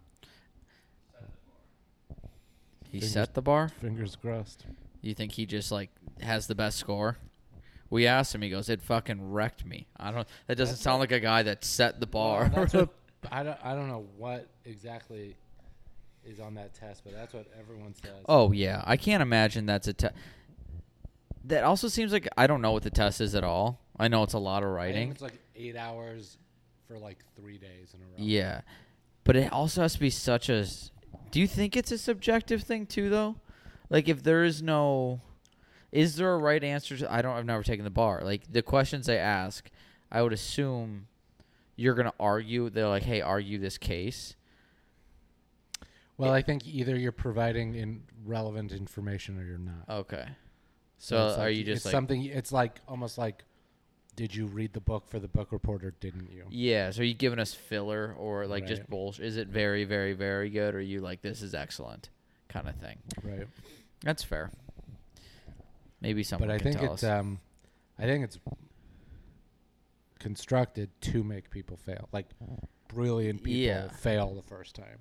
[SPEAKER 2] He
[SPEAKER 1] Fingers-
[SPEAKER 2] set the bar.
[SPEAKER 1] Fingers crossed.
[SPEAKER 2] You think he just like has the best score? We asked him. He goes, "It fucking wrecked me." I don't. That doesn't sound like a guy that set the bar.
[SPEAKER 1] Well, that's
[SPEAKER 2] [LAUGHS]
[SPEAKER 1] what I don't. I don't know what exactly is on that test, but that's what everyone says.
[SPEAKER 2] oh yeah, I can't imagine that's a test. That also seems like I don't know what the test is at all. I know it's a lot
[SPEAKER 1] I
[SPEAKER 2] of
[SPEAKER 1] think
[SPEAKER 2] writing.
[SPEAKER 1] It's like eight hours for like three days in a row.
[SPEAKER 2] Yeah, but it also has to be such a. s- Do you think it's a subjective thing too, though? Like, if there is no, is there a right answer? To, I don't. I've never taken the bar. Like the questions they ask, I would assume you're gonna argue. They're like, hey, argue this case.
[SPEAKER 1] Well, I think either you're providing in relevant information or you're not.
[SPEAKER 2] Okay.
[SPEAKER 1] So
[SPEAKER 2] Oh, So,
[SPEAKER 1] it's
[SPEAKER 2] are
[SPEAKER 1] like-
[SPEAKER 2] you
[SPEAKER 1] it's
[SPEAKER 2] just like?
[SPEAKER 1] something? It's like almost like, did you read the book for the book report or didn't you?
[SPEAKER 2] yeah. So are you giving us filler or like just
[SPEAKER 1] Right.
[SPEAKER 2] bullshit? Is it very, very, very good? Or are you like this is excellent, kind of thing?
[SPEAKER 1] Right.
[SPEAKER 2] That's fair. Maybe someone.
[SPEAKER 1] But I
[SPEAKER 2] can
[SPEAKER 1] think
[SPEAKER 2] tell
[SPEAKER 1] it's
[SPEAKER 2] us.
[SPEAKER 1] um, I think it's constructed to make people fail. Like brilliant people
[SPEAKER 2] Yeah.
[SPEAKER 1] fail the first
[SPEAKER 2] [LAUGHS]
[SPEAKER 1] time.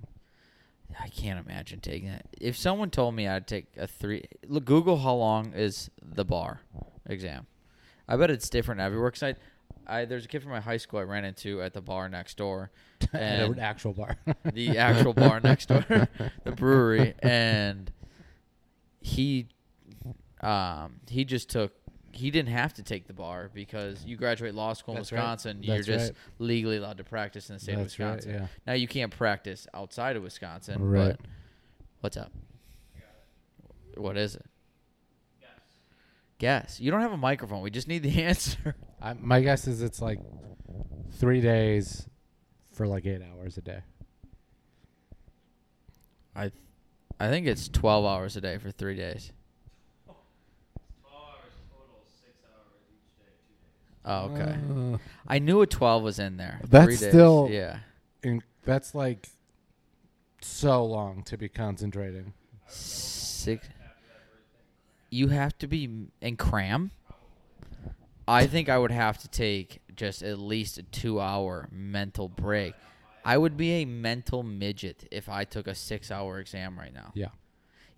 [SPEAKER 2] I can't imagine taking that. If someone told me I'd take a three, look, Google how long is the bar exam. I bet it's different everywhere. Cause I, I there's a kid from my high school I ran into at the bar next
[SPEAKER 1] [LAUGHS]
[SPEAKER 2] door,
[SPEAKER 1] At an
[SPEAKER 2] and
[SPEAKER 1] actual bar.
[SPEAKER 2] [LAUGHS] the actual bar next
[SPEAKER 1] [LAUGHS]
[SPEAKER 2] door, the brewery, and he, um, he just took. He didn't have to take the bar because you graduate law school in
[SPEAKER 1] That's right.
[SPEAKER 2] Wisconsin. You're
[SPEAKER 1] That's
[SPEAKER 2] just
[SPEAKER 1] right.
[SPEAKER 2] legally allowed to practice in the state of
[SPEAKER 1] That's right,
[SPEAKER 2] Wisconsin.
[SPEAKER 1] yeah.
[SPEAKER 2] Now you can't practice outside of Wisconsin,
[SPEAKER 1] Right.
[SPEAKER 2] but What's up? What is it? Guess. You don't have a microphone. We just need the [LAUGHS] answer.
[SPEAKER 1] I, my guess is it's like three days for like eight hours a day.
[SPEAKER 2] I I think it's 12 hours a day for 3 days.
[SPEAKER 3] Twelve hours total, six hours each day, two days.
[SPEAKER 2] Oh, okay.
[SPEAKER 1] Uh,
[SPEAKER 2] I knew a 12 was in there.
[SPEAKER 1] That's
[SPEAKER 2] Three days.
[SPEAKER 1] still-
[SPEAKER 2] Yeah.
[SPEAKER 1] and that's like so long to be concentrating.
[SPEAKER 2] Six. You have to be and cram. I think I would have to take just at least a two-hour mental break. I would be a mental midget if I took a six-hour exam right now.
[SPEAKER 1] Yeah.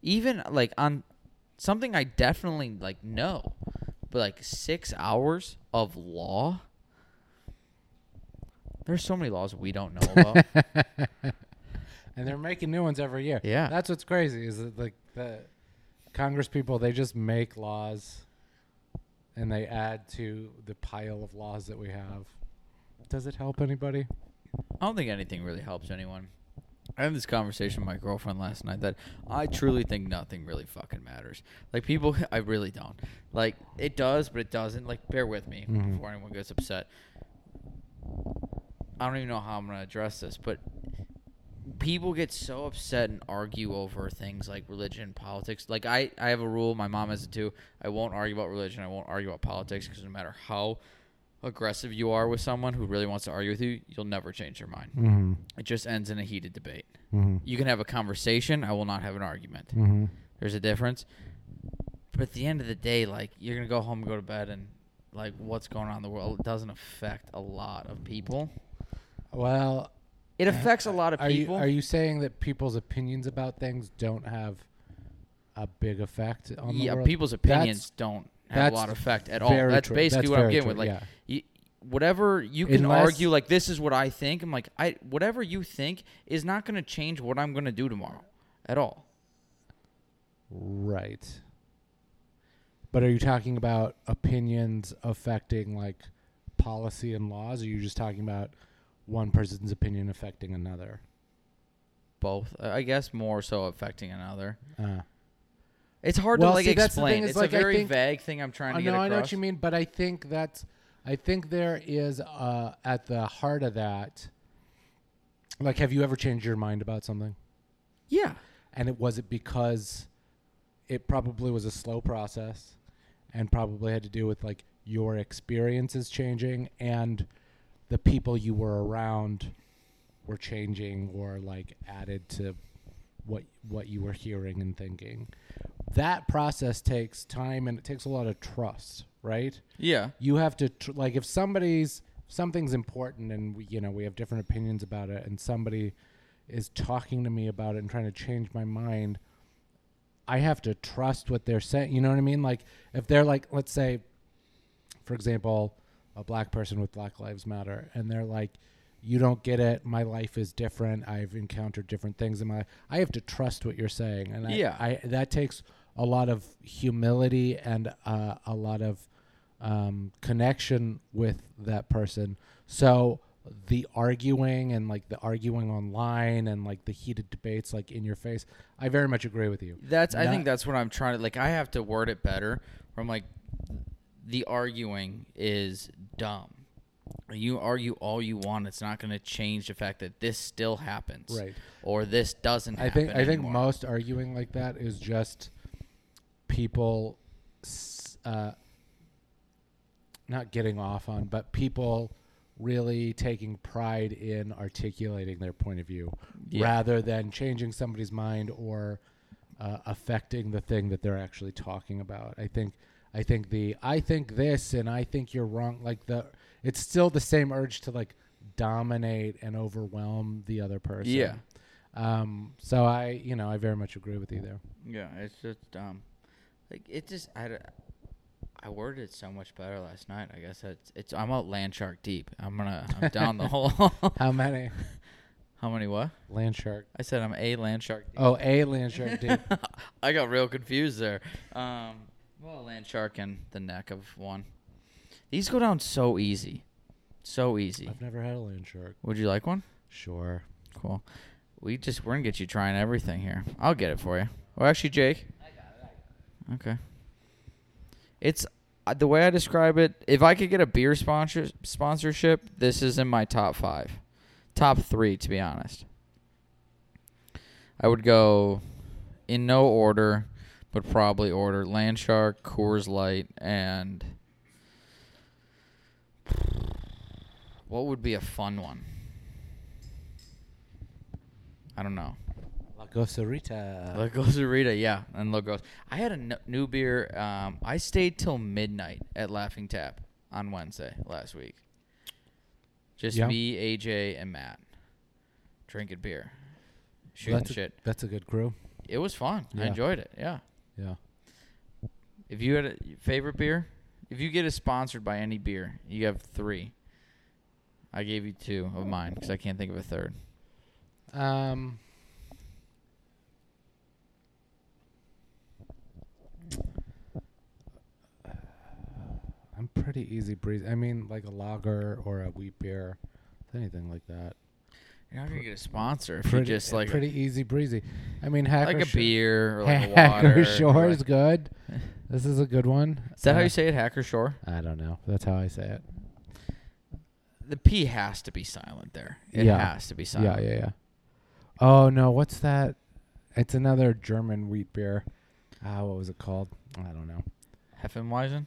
[SPEAKER 2] Even like on something I definitely like know, but like six hours of law. There's so many laws we
[SPEAKER 1] [LAUGHS]
[SPEAKER 2] don't know about.
[SPEAKER 1] and they're making new ones every year.
[SPEAKER 2] Yeah.
[SPEAKER 1] that's what's crazy is that like the Congress people they just make laws, and they add to the pile of laws that we have. Does it help anybody?
[SPEAKER 2] I don't think anything really helps anyone. I had this conversation with my girlfriend last night that I truly think nothing really fucking matters. Like people, [LAUGHS] I really don't. Like it does, but it doesn't. Like bear with me
[SPEAKER 1] Mhm.
[SPEAKER 2] before anyone gets upset. I don't even know how I'm gonna address this, but people get so upset and argue over things like religion and politics. Like I, I have a rule. My mom has it too. I won't argue about religion. I won't argue about politics because no matter how aggressive you are with someone who really wants to argue with you, you'll never change your mind.
[SPEAKER 1] Mm-hmm.
[SPEAKER 2] It just ends in a heated debate.
[SPEAKER 1] Mm-hmm.
[SPEAKER 2] You can have a conversation. I will not have an argument.
[SPEAKER 1] Mm-hmm.
[SPEAKER 2] There's a difference. But at the end of the day, like you're gonna go home and go to bed, and like what's going on in the world doesn't affect a lot of people.
[SPEAKER 1] Well,
[SPEAKER 2] It affects a lot of
[SPEAKER 1] are
[SPEAKER 2] people.
[SPEAKER 1] you are you saying that people's opinions about things don't have a big effect on the
[SPEAKER 2] yeah,
[SPEAKER 1] world?
[SPEAKER 2] people's
[SPEAKER 1] That's-
[SPEAKER 2] opinions don't have a
[SPEAKER 1] that's
[SPEAKER 2] lot of effect at all.
[SPEAKER 1] very
[SPEAKER 2] That's
[SPEAKER 1] true.
[SPEAKER 2] basically
[SPEAKER 1] That's
[SPEAKER 2] what I'm
[SPEAKER 1] very true,
[SPEAKER 2] getting with. Like,
[SPEAKER 1] yeah.
[SPEAKER 2] you, whatever you can
[SPEAKER 1] Unless-
[SPEAKER 2] argue, like this is what I think. I'm like, I whatever you think is not going to change what I'm going to do tomorrow at all.
[SPEAKER 1] Right. But are you talking about opinions affecting like policy and laws? Or are you just talking about one person's opinion affecting another?
[SPEAKER 2] Both, I I guess, more so affecting another.
[SPEAKER 1] Uh,
[SPEAKER 2] It's hard
[SPEAKER 1] Well,
[SPEAKER 2] to like
[SPEAKER 1] see, that's the
[SPEAKER 2] explain.
[SPEAKER 1] thing is,
[SPEAKER 2] it's
[SPEAKER 1] like,
[SPEAKER 2] a
[SPEAKER 1] I
[SPEAKER 2] very
[SPEAKER 1] think-
[SPEAKER 2] vague thing I'm trying
[SPEAKER 1] I
[SPEAKER 2] to get
[SPEAKER 1] know,
[SPEAKER 2] across.
[SPEAKER 1] Oh, I know what you mean, but I think that's, I think there is uh, at the heart of that. Like, have you ever changed your mind about something?
[SPEAKER 2] Yeah.
[SPEAKER 1] and it was it because it probably was a slow process and probably had to do with like your experiences changing and the people you were around were changing or like added to what what you were hearing and thinking that process takes time and it takes a lot of trust right?
[SPEAKER 2] Yeah.
[SPEAKER 1] you have to tr- like if somebody's something's important and we, you know we have different opinions about it and somebody is talking to me about it and trying to change my mind i have to trust what they're saying you know what i mean like if they're like let's say for example a black person with black lives matter and they're like you don't get it my life is different i've encountered different things in my life i have to trust what you're saying and I,
[SPEAKER 2] Yeah.
[SPEAKER 1] I that takes a lot of humility and uh, a lot of um, connection with that person. So the arguing and like the arguing online and like the heated debates like in your face, I very much agree with you.
[SPEAKER 2] That's I think
[SPEAKER 1] Not-
[SPEAKER 2] that's what I'm trying to like I have to word it better where I'm like the arguing is dumb. You argue all you want, it's not gonna change the fact that this still happens.
[SPEAKER 1] Right.
[SPEAKER 2] Or this doesn't
[SPEAKER 1] I
[SPEAKER 2] happen.
[SPEAKER 1] think I think
[SPEAKER 2] anymore.
[SPEAKER 1] most arguing like that is just people s- uh, not getting off on, but people really taking pride in articulating their point of view
[SPEAKER 2] Yeah.
[SPEAKER 1] rather than changing somebody's mind or uh, affecting the thing that they're actually talking about. I think I think the I think this and I think you're wrong like the it's still the same urge to like dominate and overwhelm the other person.
[SPEAKER 2] Yeah.
[SPEAKER 1] Um, so I, you know, I very much agree with you there.
[SPEAKER 2] Yeah, it's just um, like it just I, d- I worded it so much better last night. I guess that's it's. I'm out land shark deep. I'm gonna I'm down the [LAUGHS] hole.
[SPEAKER 1] How many
[SPEAKER 2] [LAUGHS] How many what?
[SPEAKER 1] land shark?
[SPEAKER 2] I said I'm a land shark. Deep.
[SPEAKER 1] Oh, a land shark deep.
[SPEAKER 2] [LAUGHS] I got real confused there. Um, well, land shark in the neck of one. These go down so easy, so easy.
[SPEAKER 1] I've never had a land shark.
[SPEAKER 2] Would you like one?
[SPEAKER 1] Sure.
[SPEAKER 2] Cool. We just we're gonna get you trying everything here. I'll get it for you. Or actually, Jake. Okay. It's uh, the way I describe it. If I could get a beer sponsor sponsorship, this is in my top five, top three to be honest. I would go in no order, but probably order Landshark, Coors Light, and [SIGHS] what would be a fun one? I don't know.
[SPEAKER 1] La Goserita.
[SPEAKER 2] La Rita, yeah, and La Gos- I had a n- new beer. Um, I stayed till midnight at Laughing Tap on Wednesday last week. Just
[SPEAKER 1] Yeah.
[SPEAKER 2] me, AJ, and Matt drinking beer, shooting
[SPEAKER 1] that's
[SPEAKER 2] shit.
[SPEAKER 1] A, that's a good crew.
[SPEAKER 2] it was fun. I
[SPEAKER 1] Yeah.
[SPEAKER 2] enjoyed it. Yeah.
[SPEAKER 1] Yeah.
[SPEAKER 2] If you had a favorite beer, if you get a sponsored by any beer, you have three. I gave you two of mine because I can't think of a third.
[SPEAKER 1] Um. I'm pretty easy breeze. I mean, like a lager or a wheat beer, anything like that.
[SPEAKER 2] You're not gonna get a sponsor if you
[SPEAKER 1] Pretty,
[SPEAKER 2] just like
[SPEAKER 1] pretty easy breezy. I mean, hacker
[SPEAKER 2] like a
[SPEAKER 1] Sh-
[SPEAKER 2] beer or like a
[SPEAKER 1] [LAUGHS] Hacker
[SPEAKER 2] water. or
[SPEAKER 1] Shore
[SPEAKER 2] like-
[SPEAKER 1] is good. This is a good one.
[SPEAKER 2] Is that how
[SPEAKER 1] Uh,
[SPEAKER 2] you say it, Hacker Shore?
[SPEAKER 1] I don't know. That's how I say it.
[SPEAKER 2] The P has to be silent there. It
[SPEAKER 1] Yeah.
[SPEAKER 2] has to be
[SPEAKER 1] Yeah,
[SPEAKER 2] silent.
[SPEAKER 1] yeah, yeah. Oh no, what's that? It's another German wheat beer. Ah, what was it called? I don't know.
[SPEAKER 2] Heffenweisen.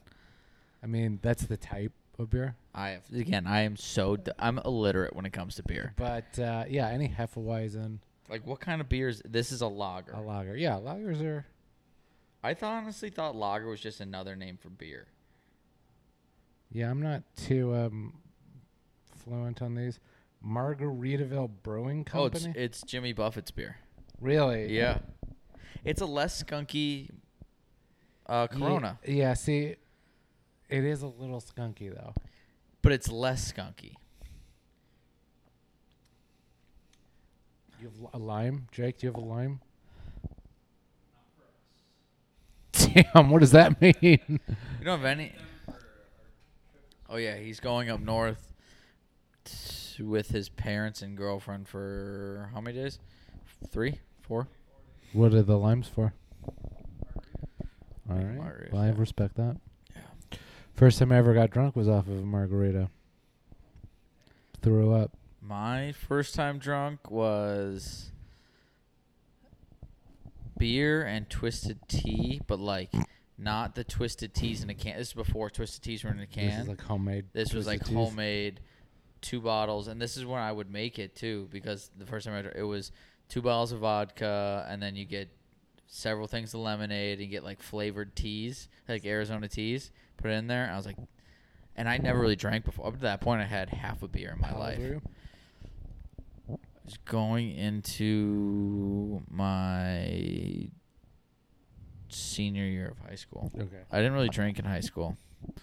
[SPEAKER 1] I mean, that's the type of beer.
[SPEAKER 2] I have again. I am so d- I'm illiterate when it comes to beer.
[SPEAKER 1] But uh, yeah, any Hefeweizen,
[SPEAKER 2] Like what kind of beers? This is a lager.
[SPEAKER 1] a lager. Yeah, lagers are.
[SPEAKER 2] I th- honestly thought lager was just another name for beer.
[SPEAKER 1] Yeah, I'm not too um, fluent on these. Margaritaville Brewing Company.
[SPEAKER 2] Oh, it's, it's Jimmy Buffett's beer.
[SPEAKER 1] really?
[SPEAKER 2] Yeah, it's a less skunky uh,
[SPEAKER 1] Ye-
[SPEAKER 2] Corona,
[SPEAKER 1] yeah. See, it is a little skunky though.
[SPEAKER 2] but it's less skunky.
[SPEAKER 1] You have li- a lime, Jake? Do you have a lime? Damn, what does that mean?
[SPEAKER 2] You don't have any. Oh yeah, he's going up north t- with his parents and girlfriend for how many days? Three, four.
[SPEAKER 1] what are the limes for? All
[SPEAKER 2] Like
[SPEAKER 1] right,
[SPEAKER 2] margaritas,
[SPEAKER 1] well, I
[SPEAKER 2] yeah.
[SPEAKER 1] respect that.
[SPEAKER 2] Yeah.
[SPEAKER 1] First time I ever got drunk was off of a margarita. Threw up.
[SPEAKER 2] My first time drunk was beer and twisted tea, but like not the twisted teas in a can. This is before twisted teas were in a can.
[SPEAKER 1] This is like homemade.
[SPEAKER 2] This was
[SPEAKER 1] Twisted
[SPEAKER 2] like
[SPEAKER 1] Teas.
[SPEAKER 2] homemade, two bottles, and this is when I would make it too because the first time I dr- it was two bottles of vodka, and then you get several things of lemonade, and you get like flavored teas, like Arizona teas, put it in there. I was like, and I never really drank before. Up to that point, I had half a beer in my
[SPEAKER 1] How old
[SPEAKER 2] life.
[SPEAKER 1] were you?
[SPEAKER 2] I was going into my senior year of high school.
[SPEAKER 1] Okay.
[SPEAKER 2] I didn't really drink in high school. It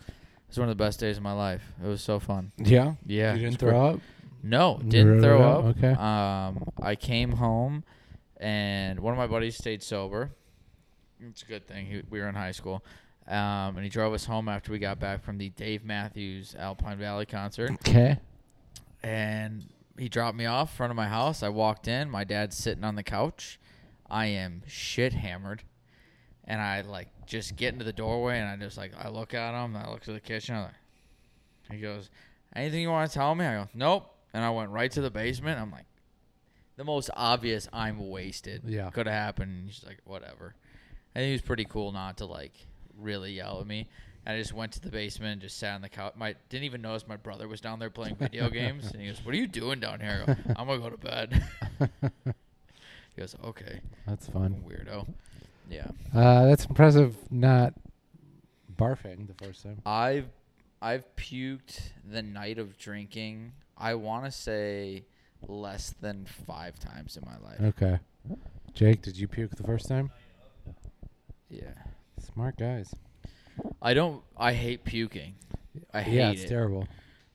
[SPEAKER 2] was one of the best days of my life. It was so fun.
[SPEAKER 1] Yeah.
[SPEAKER 2] Yeah,
[SPEAKER 1] You
[SPEAKER 2] it's
[SPEAKER 1] didn't
[SPEAKER 2] great.
[SPEAKER 1] throw up.
[SPEAKER 2] No,
[SPEAKER 1] You
[SPEAKER 2] didn't
[SPEAKER 1] wrote
[SPEAKER 2] throw
[SPEAKER 1] it
[SPEAKER 2] up.
[SPEAKER 1] out? Okay.
[SPEAKER 2] Um, I came home, and one of my buddies stayed sober. It's a good thing he, we were in high school, um, and he drove us home after we got back from the Dave Matthews Alpine Valley concert,
[SPEAKER 1] Okay.
[SPEAKER 2] and he dropped me off in front of my house. I walked in. My dad's sitting on the couch. I am shit hammered, and I like just get into the doorway, and I just like I look at him. I look to the kitchen. I'm like, he goes, Anything you want to tell me? I go, Nope. And I went right to the basement. I'm like, The most obvious, I'm wasted.
[SPEAKER 1] Yeah.
[SPEAKER 2] Could have happened. And She's like, Whatever. And he was pretty cool not to like really yell at me. And I just went to the basement and just sat on the couch. My didn't even notice my brother was down there playing
[SPEAKER 1] [LAUGHS]
[SPEAKER 2] video games. And he goes, "What are you doing down here?" I go, I'm gonna go to bed. [LAUGHS] he goes, "Okay,
[SPEAKER 1] That's fun.
[SPEAKER 2] weirdo." Yeah.
[SPEAKER 1] Uh, that's impressive. Not barfing the first time.
[SPEAKER 2] I've I've puked the night of drinking. I want to say less than five times in my life.
[SPEAKER 1] Okay. Jake, did you puke the first time?
[SPEAKER 2] Yeah,
[SPEAKER 1] Smart guys.
[SPEAKER 2] I don't. I hate puking. I hate
[SPEAKER 1] yeah, it's
[SPEAKER 2] it.
[SPEAKER 1] terrible.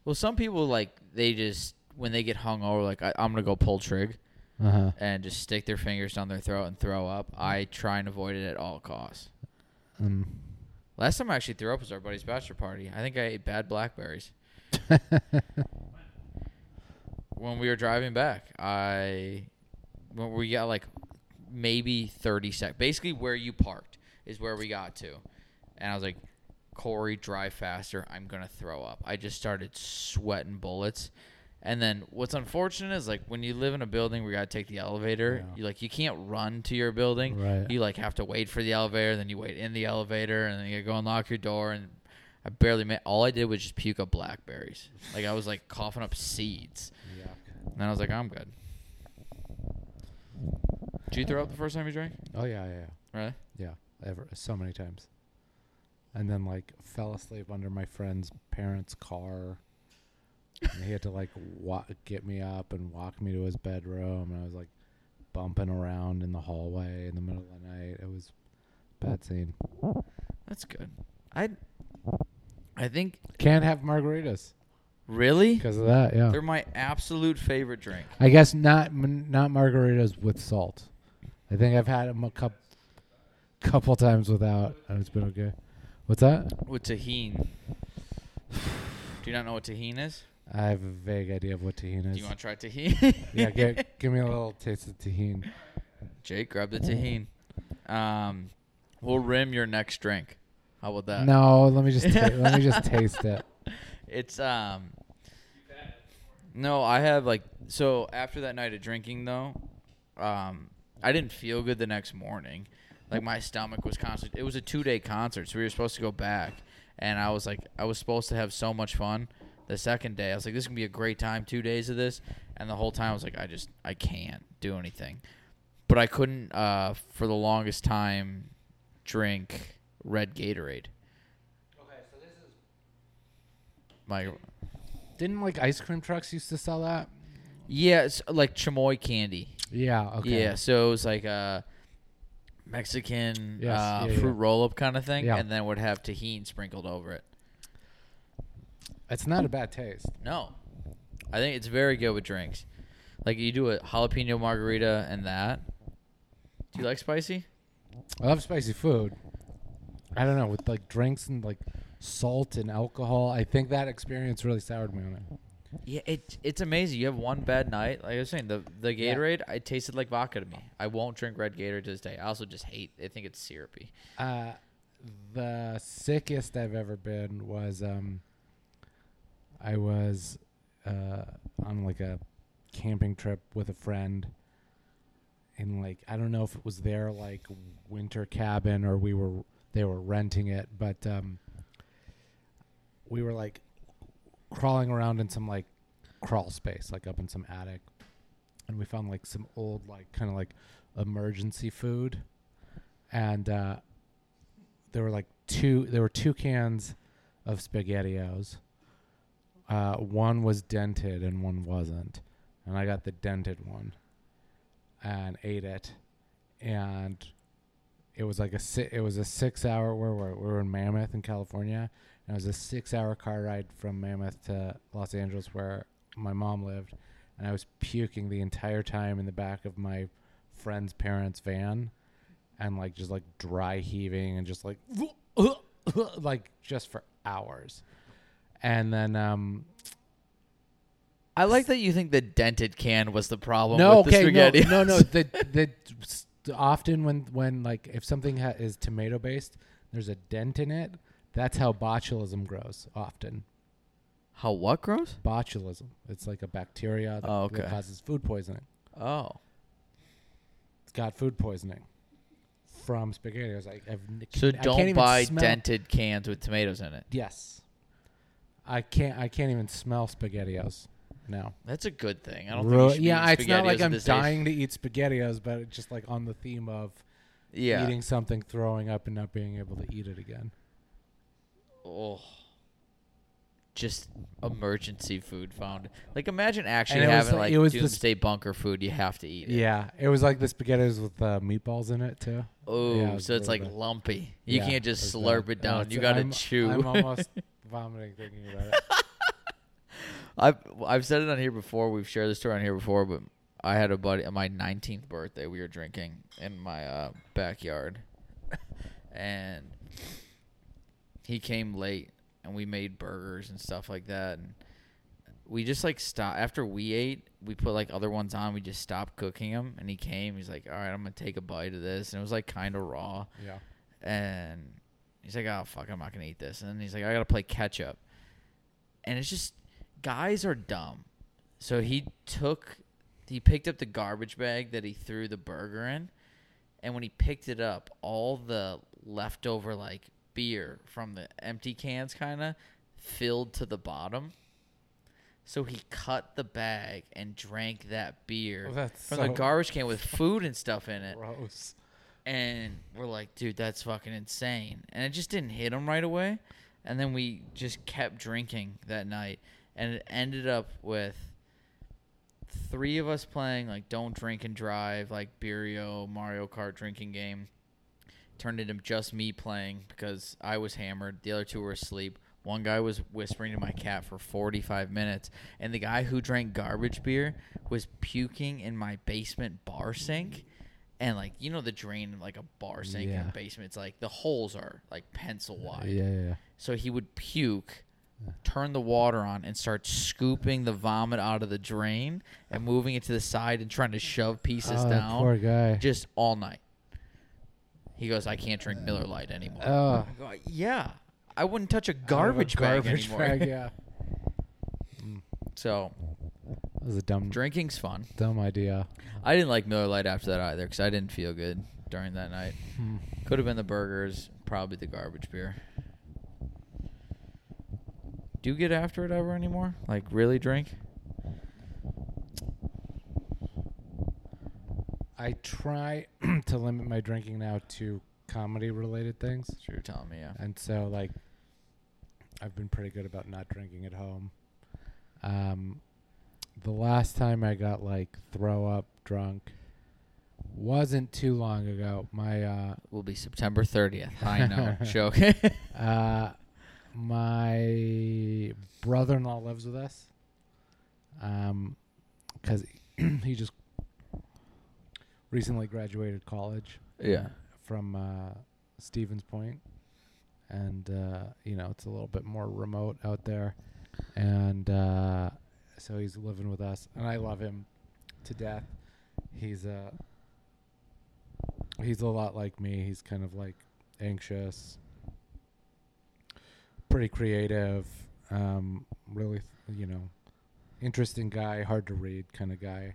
[SPEAKER 2] Well, some people like they just when they get hungover, like I, I'm gonna go pull trig
[SPEAKER 1] Uh huh.
[SPEAKER 2] and just stick their fingers down their throat and throw up. I try and avoid it at all costs.
[SPEAKER 1] [LAUGHS] Um,
[SPEAKER 2] Last time I actually threw up was our buddy's bachelor party. I think I ate bad blackberries. when we were driving back, I when we got like maybe 30 sec. Basically, where you parked is where we got to, and I was like, "Corey, drive faster! I'm gonna throw up." I just started sweating bullets, and then what's unfortunate is like when you live in a building where you gotta take the elevator,
[SPEAKER 1] Yeah.
[SPEAKER 2] you like you can't run to your building.
[SPEAKER 1] Right.
[SPEAKER 2] You like have to wait for the elevator, then you wait in the elevator, and then you go and lock your door and. I barely made. All I did was just puke up blackberries. Like I was like coughing up seeds. And then I was like, I'm good. Did you throw up the first time you drank?
[SPEAKER 1] Oh yeah, yeah,
[SPEAKER 2] Really?
[SPEAKER 1] yeah. yeah. Ever so many times. And then like fell asleep under my friend's parents' car. And he had to like wa- get me up and walk me to his bedroom, and I was like bumping around in the hallway in the middle of the night. It was a bad scene.
[SPEAKER 2] That's good. I I think
[SPEAKER 1] Can't have margaritas
[SPEAKER 2] really
[SPEAKER 1] because of that. Yeah,
[SPEAKER 2] they're my absolute favorite drink.
[SPEAKER 1] I guess not m- not margaritas with salt. I think I've had them a cup, couple times without, and it's been okay. What's that?
[SPEAKER 2] With tahine. [SIGHS] Do you not know what tahine is?
[SPEAKER 1] I have a vague idea of what tahini is.
[SPEAKER 2] Do you want to try tahine?
[SPEAKER 1] [LAUGHS] yeah,
[SPEAKER 2] [LAUGHS]
[SPEAKER 1] gi- give me a little taste of tahini.
[SPEAKER 2] Jake, grab the tahine. Um, we'll rim your next drink. How about that?
[SPEAKER 1] no, let me just ta- let me
[SPEAKER 2] [LAUGHS]
[SPEAKER 1] just taste it.
[SPEAKER 2] It's um. No, I have like so after that night of drinking though, um, I didn't feel good the next morning. Like my stomach was constant. It was a two day concert, so we were supposed to go back, and I was like, I was supposed to have so much fun. The second day, I was like, this is gonna be a great time. Two days of this, and the whole time I was like, I just I can't do anything. But I couldn't uh for the longest time drink red Gatorade. My
[SPEAKER 1] Didn't like ice cream trucks used to sell that?
[SPEAKER 2] Yeah, it's like chamoy candy.
[SPEAKER 1] Yeah. Okay.
[SPEAKER 2] Yeah, so it was like a Mexican
[SPEAKER 1] Yes,
[SPEAKER 2] uh,
[SPEAKER 1] yeah,
[SPEAKER 2] fruit
[SPEAKER 1] yeah.
[SPEAKER 2] roll up kind of thing,
[SPEAKER 1] Yeah.
[SPEAKER 2] and then would have tahine sprinkled over it.
[SPEAKER 1] It's not a bad taste.
[SPEAKER 2] No, I think it's very good with drinks. Like you do a jalapeno margarita and that. Do you like spicy?
[SPEAKER 1] I love spicy food. I don't know with like drinks and like salt and alcohol. I think that experience really soured me on it.
[SPEAKER 2] Yeah, it it's amazing. You have one bad night, like I was saying, the the
[SPEAKER 1] Yeah.
[SPEAKER 2] Gatorade, it tasted like vodka to me. I won't drink red Gatorade to this day. I also just hate. I think it's syrupy.
[SPEAKER 1] Uh, the sickest I've ever been was um, I was uh, on like a camping trip with a friend, and like I don't know if it was their like winter cabin or we were they were renting it, but um, we were like crawling around in some like crawl space, like up in some attic, and we found like some old like kind of like emergency food, and uh, there were like two there were two cans of SpaghettiOs. Uh, one was dented and one wasn't, and I got the dented one, and ate it, and it was like a si- it was a six hour where were we? we were in Mammoth in California, and it was a six hour car ride from Mammoth to Los Angeles where my mom lived, and I was puking the entire time in the back of my friend's parents' van, and like just like dry heaving and just like [LAUGHS] like just for hours, and then um
[SPEAKER 2] I like that you think the dented can was the problem.
[SPEAKER 1] no,
[SPEAKER 2] with
[SPEAKER 1] okay,
[SPEAKER 2] the spaghetti.
[SPEAKER 1] no, no,
[SPEAKER 2] [LAUGHS]
[SPEAKER 1] no. The the s- often when when like if something ha- is tomato based, there's a dent in it. That's how botulism grows. Often
[SPEAKER 2] How what grows?
[SPEAKER 1] botulism. It's like a bacteria that,
[SPEAKER 2] Oh,
[SPEAKER 1] that
[SPEAKER 2] okay.
[SPEAKER 1] causes food poisoning.
[SPEAKER 2] Oh,
[SPEAKER 1] It's got food poisoning from spaghetti. I was like, I've, n-
[SPEAKER 2] so
[SPEAKER 1] I can't
[SPEAKER 2] don't
[SPEAKER 1] even
[SPEAKER 2] buy
[SPEAKER 1] smell-
[SPEAKER 2] dented cans with tomatoes in it.
[SPEAKER 1] Yes, I can't. I can't even smell spaghettios now.
[SPEAKER 2] That's a good thing. I don't
[SPEAKER 1] Ru-
[SPEAKER 2] think. You should be
[SPEAKER 1] yeah,
[SPEAKER 2] eating
[SPEAKER 1] it's not
[SPEAKER 2] SpaghettiOs
[SPEAKER 1] like
[SPEAKER 2] at
[SPEAKER 1] I'm
[SPEAKER 2] this age.
[SPEAKER 1] dying to eat spaghettios, but it's just like on the theme of
[SPEAKER 2] Yeah.
[SPEAKER 1] eating something, throwing up, and not being able to eat it again.
[SPEAKER 2] Oh. Just emergency food found. Like imagine actually
[SPEAKER 1] it was
[SPEAKER 2] having
[SPEAKER 1] like-
[SPEAKER 2] like
[SPEAKER 1] it was the sp-
[SPEAKER 2] doomsday bunker food. You have to eat it.
[SPEAKER 1] Yeah, it was like the spaghettios with uh, meatballs in it too.
[SPEAKER 2] Oh,
[SPEAKER 1] Yeah, it was
[SPEAKER 2] so it's
[SPEAKER 1] really
[SPEAKER 2] like
[SPEAKER 1] bad.
[SPEAKER 2] lumpy. You
[SPEAKER 1] Yeah,
[SPEAKER 2] can't just
[SPEAKER 1] was
[SPEAKER 2] slurp
[SPEAKER 1] bad.
[SPEAKER 2] it
[SPEAKER 1] Uh,
[SPEAKER 2] down.
[SPEAKER 1] it's-
[SPEAKER 2] you gotta
[SPEAKER 1] I'm-
[SPEAKER 2] chew. [LAUGHS]
[SPEAKER 1] I'm almost vomiting thinking about it.
[SPEAKER 2] [LAUGHS] I've I've said it on here before. We've shared this story on here before, but I had a buddy on my 19th birthday. We were drinking in my uh, backyard, [LAUGHS] and he came late, and we made burgers and stuff like that. And we just like stopped after we ate. We put like other ones on. We just stopped cooking them, and he came. He's like, "All right, I'm gonna take a bite of this," and it was like kind of raw
[SPEAKER 1] Yeah,
[SPEAKER 2] and he's like, "Oh fuck, I'm not gonna eat this." And then he's like, "I gotta play catch up," and it's just guys are dumb. So he took, he picked up the garbage bag that he threw the burger in, and when he picked it up, all the leftover like beer from the empty cans kind of filled to the bottom. So he cut the bag and drank that beer
[SPEAKER 1] Well, that's
[SPEAKER 2] from the
[SPEAKER 1] so
[SPEAKER 2] garbage can with food and stuff in it
[SPEAKER 1] gross.
[SPEAKER 2] and we're like, dude, that's fucking insane. And it just didn't hit him right away. And then we just kept drinking that night, and it ended up with three of us playing like don't drink and drive, like Birio Mario Kart drinking game. Turned into just me playing because I was hammered. The other two were asleep. One guy was whispering to my cat for 45 minutes, and the guy who drank garbage beer was puking in my basement bar sink. And like you know the drain in like a bar sink in
[SPEAKER 1] Yeah.
[SPEAKER 2] a basement, it's like the holes are like pencil wide.
[SPEAKER 1] Yeah, yeah, yeah.
[SPEAKER 2] So he would puke, turn the water on, and start scooping the vomit out of the drain and moving it to the side and trying to shove pieces
[SPEAKER 1] Oh, that
[SPEAKER 2] down.
[SPEAKER 1] poor guy.
[SPEAKER 2] Just all night. He goes, I can't drink Miller Lite
[SPEAKER 1] Ah,
[SPEAKER 2] anymore.
[SPEAKER 1] Ugh.
[SPEAKER 2] I go, yeah. I wouldn't touch a
[SPEAKER 1] Out of a
[SPEAKER 2] garbage bag
[SPEAKER 1] garbage
[SPEAKER 2] anymore.
[SPEAKER 1] bag, yeah,
[SPEAKER 2] [LAUGHS] So
[SPEAKER 1] that was a dumb,
[SPEAKER 2] drinking's fun.
[SPEAKER 1] dumb idea.
[SPEAKER 2] I didn't like Miller Lite after that either because I didn't feel good during that night.
[SPEAKER 1] Hmm.
[SPEAKER 2] Could have been the burgers, probably the garbage beer. Do you get after it ever anymore? Like really drink?
[SPEAKER 1] I try [CLEARS THROAT] to limit my drinking now to comedy-related things,
[SPEAKER 2] That's what you're telling me, yeah.
[SPEAKER 1] and so like, I've been pretty good about not drinking at home. Um, the last time I got like throw up drunk wasn't too long ago. My uh,
[SPEAKER 2] Will be
[SPEAKER 1] [LAUGHS]
[SPEAKER 2] September 30th. I know. Joke. yeah.
[SPEAKER 1] Uh, my brother-in-law lives with us. Um, because [CLEARS THROAT] he just recently graduated college from uh, Stevens Point, and uh, you know it's a little bit more remote out there, and uh, so he's living with us, and I love him to death. He's uh, he's a lot like me. He's kind of like anxious, pretty creative, um, really you know, interesting guy, hard to read kind of guy,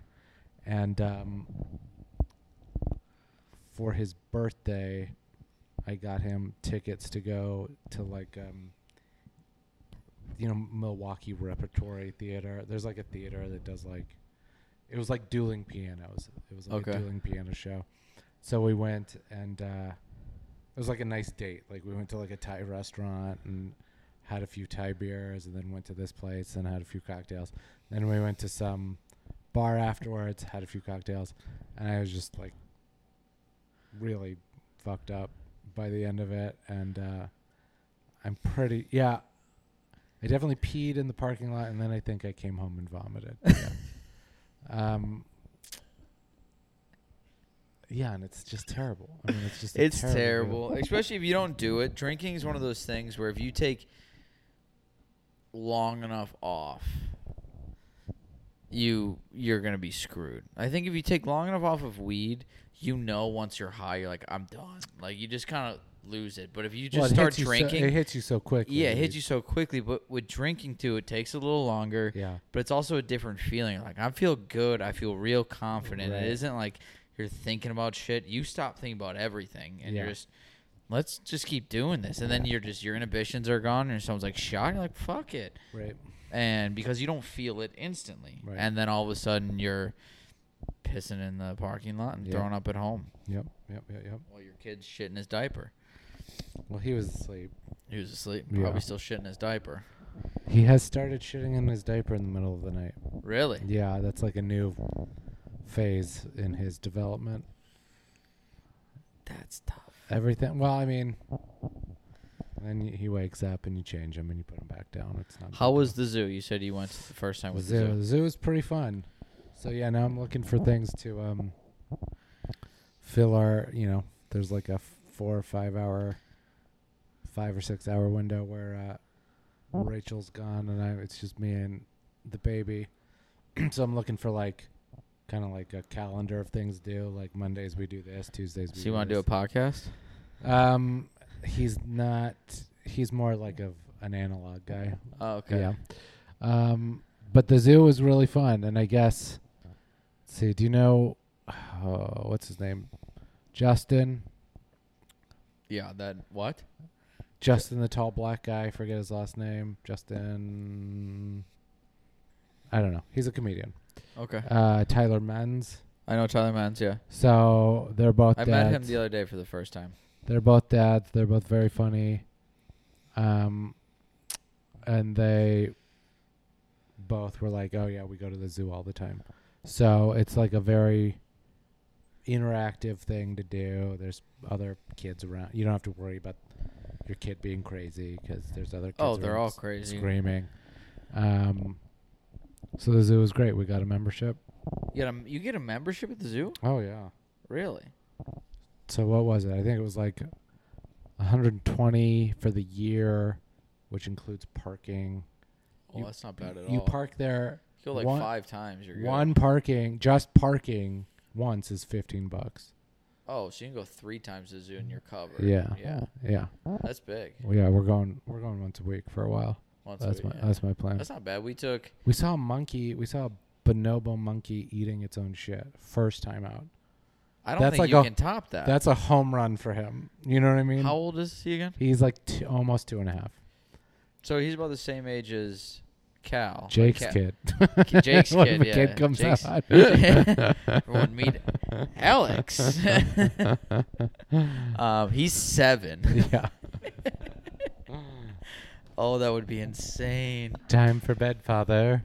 [SPEAKER 1] and um, for his birthday, I got him tickets to go to like um you know Milwaukee Repertory Theater. There's like a theater that does like it was like dueling pianos. It was like
[SPEAKER 2] Okay.
[SPEAKER 1] a dueling piano show. So we went and uh it was like a nice date. Like we went to like a Thai restaurant and had a few Thai beers, and then went to this place and had a few cocktails. Then we went to some bar afterwards, had a few cocktails, and I was just like really fucked up by the end of it. And uh, I'm pretty, yeah. I definitely peed in the parking lot, and then I think I came home and vomited. [LAUGHS] Yeah. um, yeah, and it's just terrible. I mean, it's just a
[SPEAKER 2] [LAUGHS] It's terrible,
[SPEAKER 1] feeling.
[SPEAKER 2] especially if you don't do it. Drinking is one of those things where if you take long enough off, you you're gonna be screwed. I think if you take long enough off of weed, you know once you're high, you're like I'm done. Like you just kind of lose it. But if you just
[SPEAKER 1] Well, it
[SPEAKER 2] start
[SPEAKER 1] hits you so-
[SPEAKER 2] drinking,
[SPEAKER 1] it hits you so quickly.
[SPEAKER 2] yeah, it hits you so quickly. But with drinking too, it takes a little longer.
[SPEAKER 1] Yeah.
[SPEAKER 2] But it's also a different feeling. Like I feel good. I feel real confident.
[SPEAKER 1] Right.
[SPEAKER 2] It isn't like you're thinking about shit. You stop thinking about everything, and
[SPEAKER 1] Yeah.
[SPEAKER 2] you're just let's just keep doing this. And then you're just your inhibitions are gone, and someone's like shot. You're like fuck it,
[SPEAKER 1] Right.
[SPEAKER 2] and because you don't feel it instantly,
[SPEAKER 1] Right.
[SPEAKER 2] and then all of a sudden you're pissing in the parking lot and
[SPEAKER 1] Yeah.
[SPEAKER 2] throwing up at home
[SPEAKER 1] Yep. Yep. Yep. Yep.
[SPEAKER 2] while your kid's shitting his diaper.
[SPEAKER 1] Well, he was asleep.
[SPEAKER 2] He was asleep,
[SPEAKER 1] Yeah.
[SPEAKER 2] probably still shitting his diaper.
[SPEAKER 1] He has started shitting in his diaper in the middle of the night.
[SPEAKER 2] Really?
[SPEAKER 1] Yeah, that's like a new phase in his development.
[SPEAKER 2] That's tough.
[SPEAKER 1] Everything. Well, I mean, then y- he wakes up and you change him and you put him back down. It's not. a
[SPEAKER 2] How
[SPEAKER 1] big
[SPEAKER 2] was
[SPEAKER 1] deal.
[SPEAKER 2] the zoo? You said you went the first time with
[SPEAKER 1] zoo?
[SPEAKER 2] the zoo.
[SPEAKER 1] zoo is pretty fun. So yeah, now I'm looking for things to um fill our. You know, there's like a f- four or five hour, five or six hour window where uh, Rachel's gone and I. It's just me and the baby. [CLEARS THROAT] so I'm looking for like. Kind of like a calendar of things to do. Like Mondays we do this, Tuesdays we.
[SPEAKER 2] So you
[SPEAKER 1] do
[SPEAKER 2] want to do
[SPEAKER 1] this.
[SPEAKER 2] a podcast?
[SPEAKER 1] Um, he's not. He's more like of an analog guy.
[SPEAKER 2] Oh, okay.
[SPEAKER 1] Yeah. Um, but the zoo was really fun, and I guess. let's see, do you know uh, what's his name? Justin.
[SPEAKER 2] Yeah. That what?
[SPEAKER 1] Justin, the tall black guy. I forget his last name. Justin. I don't know. He's a
[SPEAKER 2] [LAUGHS]
[SPEAKER 1] comedian.
[SPEAKER 2] Okay.
[SPEAKER 1] Uh, Tyler Menz.
[SPEAKER 2] I know Tyler Mans. Yeah.
[SPEAKER 1] So they're both.
[SPEAKER 2] I met him
[SPEAKER 1] dads.
[SPEAKER 2] the other day for the first time.
[SPEAKER 1] They're both dads. They're both very funny. Um, and they both were like, "Oh yeah, we go to the zoo all the time." So it's like a very interactive thing to do. There's other kids around. You don't have to worry about your kid being crazy because there's other kids.
[SPEAKER 2] Oh, they're
[SPEAKER 1] around
[SPEAKER 2] all
[SPEAKER 1] s-
[SPEAKER 2] crazy.
[SPEAKER 1] screaming. Um, so the zoo was great. We got a membership.
[SPEAKER 2] You get a you get a membership at the zoo?
[SPEAKER 1] Oh yeah.
[SPEAKER 2] Really?
[SPEAKER 1] so what was it? I think it was like 120 for the year, which includes parking.
[SPEAKER 2] Well,
[SPEAKER 1] You-
[SPEAKER 2] Oh, that's not bad at
[SPEAKER 1] you
[SPEAKER 2] all.
[SPEAKER 1] park there.
[SPEAKER 2] You go like
[SPEAKER 1] one-
[SPEAKER 2] five times. You're good.
[SPEAKER 1] One parking, just parking once is 15 bucks.
[SPEAKER 2] Oh, so you can go three times to the zoo and you're covered.
[SPEAKER 1] Yeah.
[SPEAKER 2] Yeah.
[SPEAKER 1] Yeah.
[SPEAKER 2] That's big.
[SPEAKER 1] Well, yeah, we're going we're going once a week for a while.
[SPEAKER 2] Once
[SPEAKER 1] That's
[SPEAKER 2] a
[SPEAKER 1] my
[SPEAKER 2] week, yeah.
[SPEAKER 1] that's my plan.
[SPEAKER 2] That's not bad. We took.
[SPEAKER 1] we saw a monkey, we saw a bonobo monkey eating its own shit first time out.
[SPEAKER 2] I don't
[SPEAKER 1] That's
[SPEAKER 2] think
[SPEAKER 1] like
[SPEAKER 2] you
[SPEAKER 1] a-
[SPEAKER 2] can top that.
[SPEAKER 1] That's a home run for him. You know what I mean?
[SPEAKER 2] How old is he again?
[SPEAKER 1] He's like two, almost two and a half.
[SPEAKER 2] So he's about the same age as Cal. or
[SPEAKER 1] Jake's
[SPEAKER 2] Ca-
[SPEAKER 1] kid.
[SPEAKER 2] Oh, K- Jake's
[SPEAKER 1] [LAUGHS] When
[SPEAKER 2] kid,
[SPEAKER 1] the
[SPEAKER 2] yeah.
[SPEAKER 1] kid comes
[SPEAKER 2] Jake's-
[SPEAKER 1] out.
[SPEAKER 2] [LAUGHS] Everyone meet Alex. um, he's seven.
[SPEAKER 1] yeah.
[SPEAKER 2] [LAUGHS] Oh, that would be insane.
[SPEAKER 1] [LAUGHS] Time for bed, father.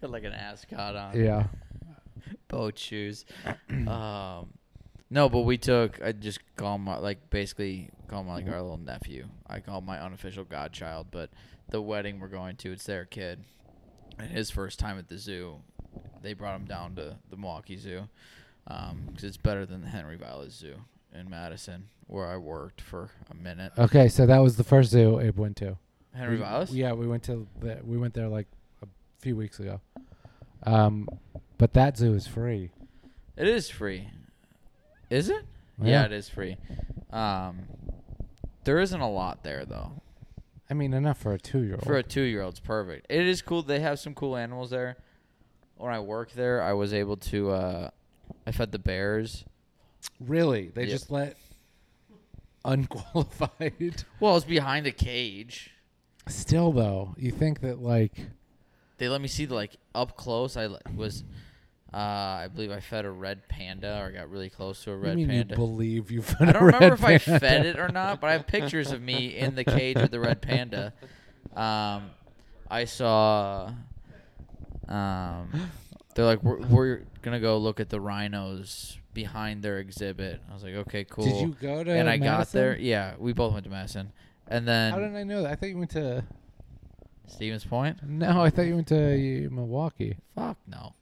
[SPEAKER 2] Got like an ascot on.
[SPEAKER 1] Yeah.
[SPEAKER 2] Boat shoes. Um, no, but we took. I just call my like basically call my like our little nephew. I call him my unofficial godchild, but the wedding we're going to, it's their kid. And his first time at the zoo, they brought him down to the Milwaukee Zoo because it's better than the Henry Valley Zoo in Madison, where I worked for a minute.
[SPEAKER 1] Okay, so that was the first zoo Abe went to.
[SPEAKER 2] Henry
[SPEAKER 1] We-
[SPEAKER 2] Vallis?
[SPEAKER 1] Yeah, we went to the, we went there like a few weeks ago. Um, but that zoo is free.
[SPEAKER 2] It is free. Is it? Yeah,
[SPEAKER 1] Yeah.
[SPEAKER 2] it is free. Um, there isn't a lot there though.
[SPEAKER 1] I mean, enough for a two-year-old.
[SPEAKER 2] For a two-year-old, it's perfect. It is cool. They have some cool animals there. When I worked there, I was able to. Uh, I fed the bears.
[SPEAKER 1] really? They
[SPEAKER 2] Yeah.
[SPEAKER 1] just let [LAUGHS] unqualified.
[SPEAKER 2] Well, it was behind a cage.
[SPEAKER 1] Still though, you think that like
[SPEAKER 2] They let me see the like up close. I like, was. Uh, I believe I fed a red panda or got really close to a
[SPEAKER 1] I
[SPEAKER 2] red
[SPEAKER 1] mean,
[SPEAKER 2] panda.
[SPEAKER 1] you believe you fed
[SPEAKER 2] I don't
[SPEAKER 1] a red
[SPEAKER 2] remember if I
[SPEAKER 1] panda.
[SPEAKER 2] fed it or not, but I have pictures of me in the cage with the red panda. Um, I saw. Um, [GASPS] they're like, we're, we're gonna go look at the rhinos behind their exhibit. I was like, okay,
[SPEAKER 1] [LAUGHS]
[SPEAKER 2] cool.
[SPEAKER 1] Did you go to?
[SPEAKER 2] and I got there.
[SPEAKER 1] Madison?
[SPEAKER 2] Yeah, we both went to Madison, and then
[SPEAKER 1] How did I know that? I thought you went to.
[SPEAKER 2] Stevens Point.
[SPEAKER 1] No, I thought you went to uh, Milwaukee.
[SPEAKER 2] Fuck no.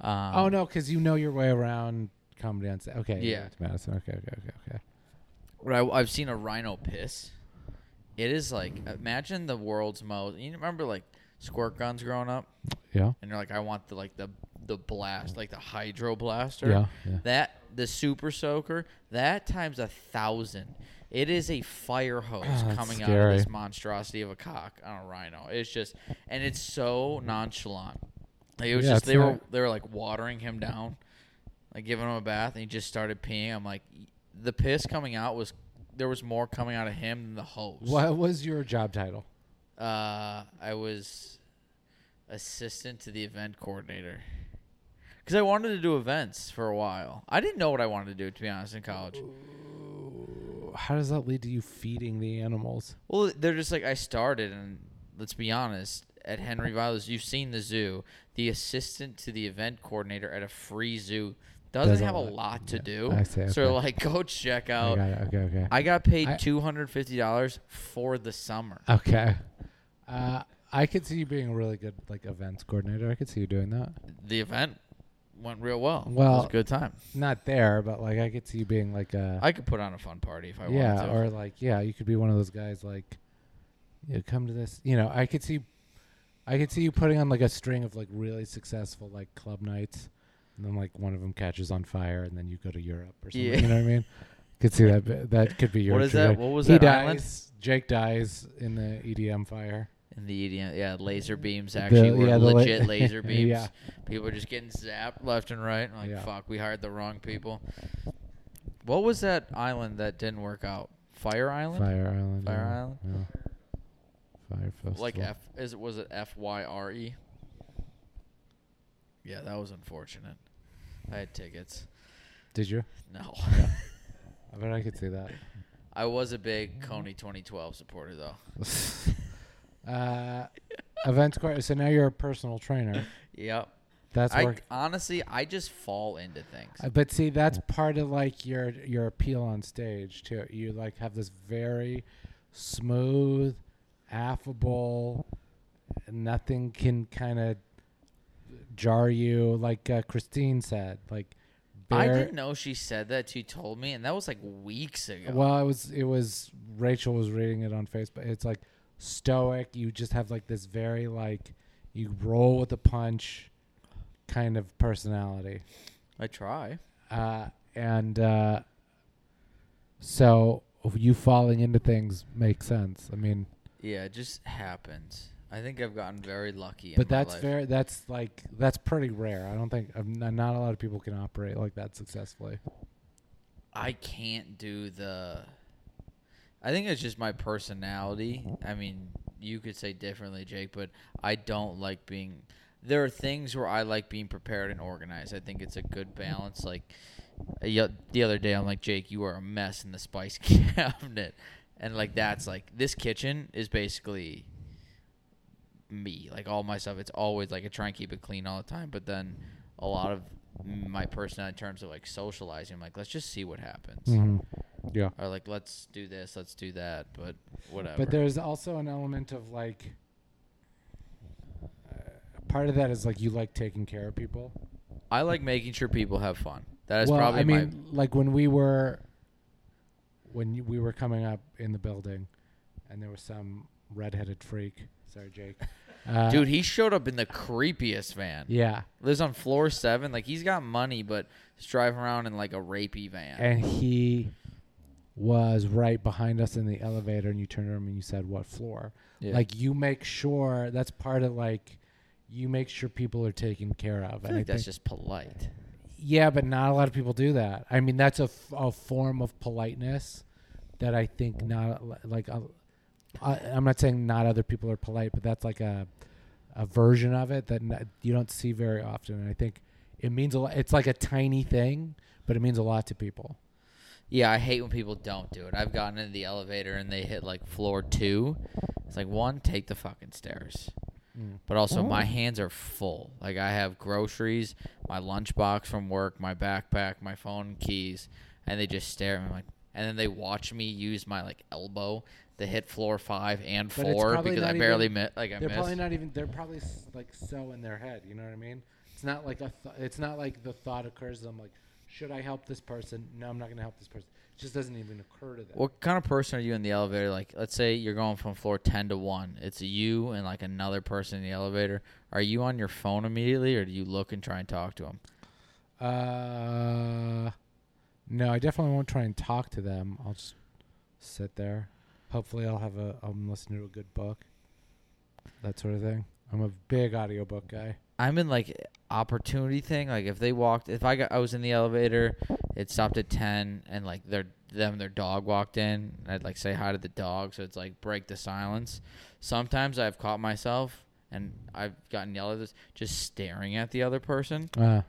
[SPEAKER 2] Um,
[SPEAKER 1] oh no, because you know your way around comedy on set. Okay. you
[SPEAKER 2] Yeah.
[SPEAKER 1] went to Madison. Okay. Okay. Okay. Okay.
[SPEAKER 2] But I, I've seen a rhino piss. It is like imagine the world's most. You remember like squirt guns growing up,
[SPEAKER 1] Yeah.
[SPEAKER 2] and you're like, I want the like the the blast, like the hydro blaster.
[SPEAKER 1] Yeah, yeah.
[SPEAKER 2] That the super soaker. That times a thousand. It is a fire
[SPEAKER 1] [SIGHS]
[SPEAKER 2] hose
[SPEAKER 1] that's
[SPEAKER 2] coming out of this
[SPEAKER 1] scary.
[SPEAKER 2] monstrosity of a cock on a rhino. It's just, and it's so nonchalant. Like, it was
[SPEAKER 1] Yeah,
[SPEAKER 2] just
[SPEAKER 1] it's
[SPEAKER 2] they were
[SPEAKER 1] not-
[SPEAKER 2] they were like watering him down, like giving him a bath, and he just started peeing. I'm like, the piss coming out was there was more coming out of him than the hose.
[SPEAKER 1] What was your job title?
[SPEAKER 2] Uh, I was assistant to the event coordinator because I wanted to do events for a while. I didn't know what I wanted to do to be honest in college.
[SPEAKER 1] How does that lead to you feeding the animals?
[SPEAKER 2] Well, they're just like I started, and let's be honest. At Henry Vilas, you've seen the zoo. The assistant to the event coordinator at a free zoo doesn't,
[SPEAKER 1] Doesn't
[SPEAKER 2] have a
[SPEAKER 1] like-
[SPEAKER 2] lot to
[SPEAKER 1] yeah,
[SPEAKER 2] do.
[SPEAKER 1] I see,
[SPEAKER 2] So
[SPEAKER 1] okay.
[SPEAKER 2] like, [LAUGHS] go check
[SPEAKER 1] I
[SPEAKER 2] out.
[SPEAKER 1] got it. Okay. Okay.
[SPEAKER 2] Oh. I got paid
[SPEAKER 1] I-
[SPEAKER 2] two hundred fifty dollars for the summer.
[SPEAKER 1] Okay. Uh, I could see you being a really good like events coordinator. I could see you doing that.
[SPEAKER 2] The event went real well. it was
[SPEAKER 1] Well,
[SPEAKER 2] a good time.
[SPEAKER 1] Not there, but like I could see you being like a
[SPEAKER 2] I could put on a fun party if I wanted
[SPEAKER 1] yeah,
[SPEAKER 2] to.
[SPEAKER 1] or like yeah, you could be one of those guys like you know, come to this. You know, I could see, I could see you putting on like a string of like really successful like club nights, and then like one of them catches on fire, and then you go to Europe or something.
[SPEAKER 2] Yeah.
[SPEAKER 1] You know what I mean? Could see that.
[SPEAKER 2] [LAUGHS]
[SPEAKER 1] bi- That could be your.
[SPEAKER 2] What is
[SPEAKER 1] trajectory.
[SPEAKER 2] that? What was
[SPEAKER 1] he
[SPEAKER 2] that
[SPEAKER 1] dies.
[SPEAKER 2] island?
[SPEAKER 1] Jake dies in the EDM fire.
[SPEAKER 2] in the EDM, yeah, laser beams actually were
[SPEAKER 1] yeah, the la- [LAUGHS]
[SPEAKER 2] legit laser beams.
[SPEAKER 1] Yeah.
[SPEAKER 2] People are just getting zapped left and right. I'm like,
[SPEAKER 1] Yeah.
[SPEAKER 2] fuck, we hired the wrong people. What was that island that didn't work out? Fire Island?
[SPEAKER 1] Fire Island.
[SPEAKER 2] Fire
[SPEAKER 1] yeah,
[SPEAKER 2] Island?
[SPEAKER 1] Yeah. Fire Festival.
[SPEAKER 2] Like F is it was it F Y R E? Yeah, that was unfortunate. I had tickets.
[SPEAKER 1] Did you?
[SPEAKER 2] No.
[SPEAKER 1] I bet I could see that.
[SPEAKER 2] [LAUGHS] I was a big Coney 2012 supporter
[SPEAKER 1] [LAUGHS]
[SPEAKER 2] though. [LAUGHS]
[SPEAKER 1] uh, events coordinator. So now you're a personal trainer.
[SPEAKER 2] Yep.
[SPEAKER 1] That's
[SPEAKER 2] I
[SPEAKER 1] work.
[SPEAKER 2] honestly I just fall into things.
[SPEAKER 1] Uh, But see, that's part of like your your appeal on stage too. You like have this very smooth, affable, nothing can kind of jar you. Like uh, Christine said, like
[SPEAKER 2] I
[SPEAKER 1] bear-
[SPEAKER 2] didn't know she said that. She told me, and that was like weeks ago.
[SPEAKER 1] Well, it was it was Rachel was reading it on Facebook. It's like stoic. You just have like this very like you roll with the punch kind of personality.
[SPEAKER 2] I try.
[SPEAKER 1] Uh, and uh, so you falling into things makes sense. I mean,
[SPEAKER 2] Yeah, it just happens. I think I've gotten very lucky.
[SPEAKER 1] but
[SPEAKER 2] in my
[SPEAKER 1] that's
[SPEAKER 2] life.
[SPEAKER 1] very that's like that's pretty rare. I don't think I'm not, not a lot of people can operate like that successfully.
[SPEAKER 2] I can't do the. I think it's just my personality. I mean, you could say differently, Jake, but I don't like being. There are things where I like being prepared and organized. I think it's a good balance. Like y- the other day, I'm like, Jake, you are a mess in the spice [LAUGHS] cabinet, and like that's like this kitchen is basically me. Like all my stuff, it's always like I try and keep it clean all the time. But then a lot of my personality in terms of like socializing, I'm like let's just see what happens,
[SPEAKER 1] Yeah.
[SPEAKER 2] or like let's do this, let's do that, but whatever.
[SPEAKER 1] But there's also an element of like uh, part of that is like you like taking care of people.
[SPEAKER 2] I like making sure people have fun. That is
[SPEAKER 1] well,
[SPEAKER 2] probably
[SPEAKER 1] I
[SPEAKER 2] my
[SPEAKER 1] mean, like when we were when you- we were coming up in the building, and there was some redheaded freak. Sorry, Jake.
[SPEAKER 2] [LAUGHS]
[SPEAKER 1] Uh,
[SPEAKER 2] dude. He showed up in the creepiest van.
[SPEAKER 1] Yeah,
[SPEAKER 2] Lives on floor seven. Like he's got money, but he's driving around in like a rapey van.
[SPEAKER 1] and he was right behind us in the elevator, and you turned to him and you said, "What floor?"
[SPEAKER 2] Yeah.
[SPEAKER 1] Like you make sure that's part of like you make sure people are taken care of.
[SPEAKER 2] I
[SPEAKER 1] and
[SPEAKER 2] feel like
[SPEAKER 1] I think
[SPEAKER 2] that's just polite.
[SPEAKER 1] Yeah, but not a lot of people do that. I mean, that's a, f- a form of politeness that I think not like a, I, I'm not saying not other people are polite, but that's like a a version of it that n- you don't see very often. And I think It means a lot. It's like a tiny thing, but it means a lot to people.
[SPEAKER 2] Yeah, I hate when people don't do it. I've gotten into the elevator and they hit like floor two. It's like one, take the fucking stairs. But also,
[SPEAKER 1] Oh.
[SPEAKER 2] my hands are full. Like I have groceries, my lunchbox from work, my backpack, my phone, keys, and they just stare at me like. And then they watch me use my like elbow to hit floor five and
[SPEAKER 1] But it's
[SPEAKER 2] four
[SPEAKER 1] probably
[SPEAKER 2] because
[SPEAKER 1] not
[SPEAKER 2] I
[SPEAKER 1] even-
[SPEAKER 2] barely mi- like I
[SPEAKER 1] they're probably
[SPEAKER 2] missed.
[SPEAKER 1] not even. They're probably s- like so in their head. You know what I mean? It's not like a. Th- it's not like the thought occurs to them. Like, should I help this person? No, I'm not going to help this person. It just doesn't even occur to them.
[SPEAKER 2] What kind of person are you in the elevator? Like, let's say you're going from floor 10 to 1. It's you and like another person in the elevator. Are you on your phone immediately or do you look and try and talk to them?
[SPEAKER 1] Uh, no, I definitely won't try and talk to them. I'll just sit there. Hopefully, I'll have a. I'm listening to a good book. That sort of thing. I'm a big audiobook guy.
[SPEAKER 2] I'm in like opportunity thing. Like, if they walked, if I got, I was in the elevator, it stopped at 10 and like their, them, their dog walked in. And I'd like say hi to the dog. So it's like break the silence. Sometimes I've caught myself and I've gotten yelled at this just staring at the other person.
[SPEAKER 1] Uh,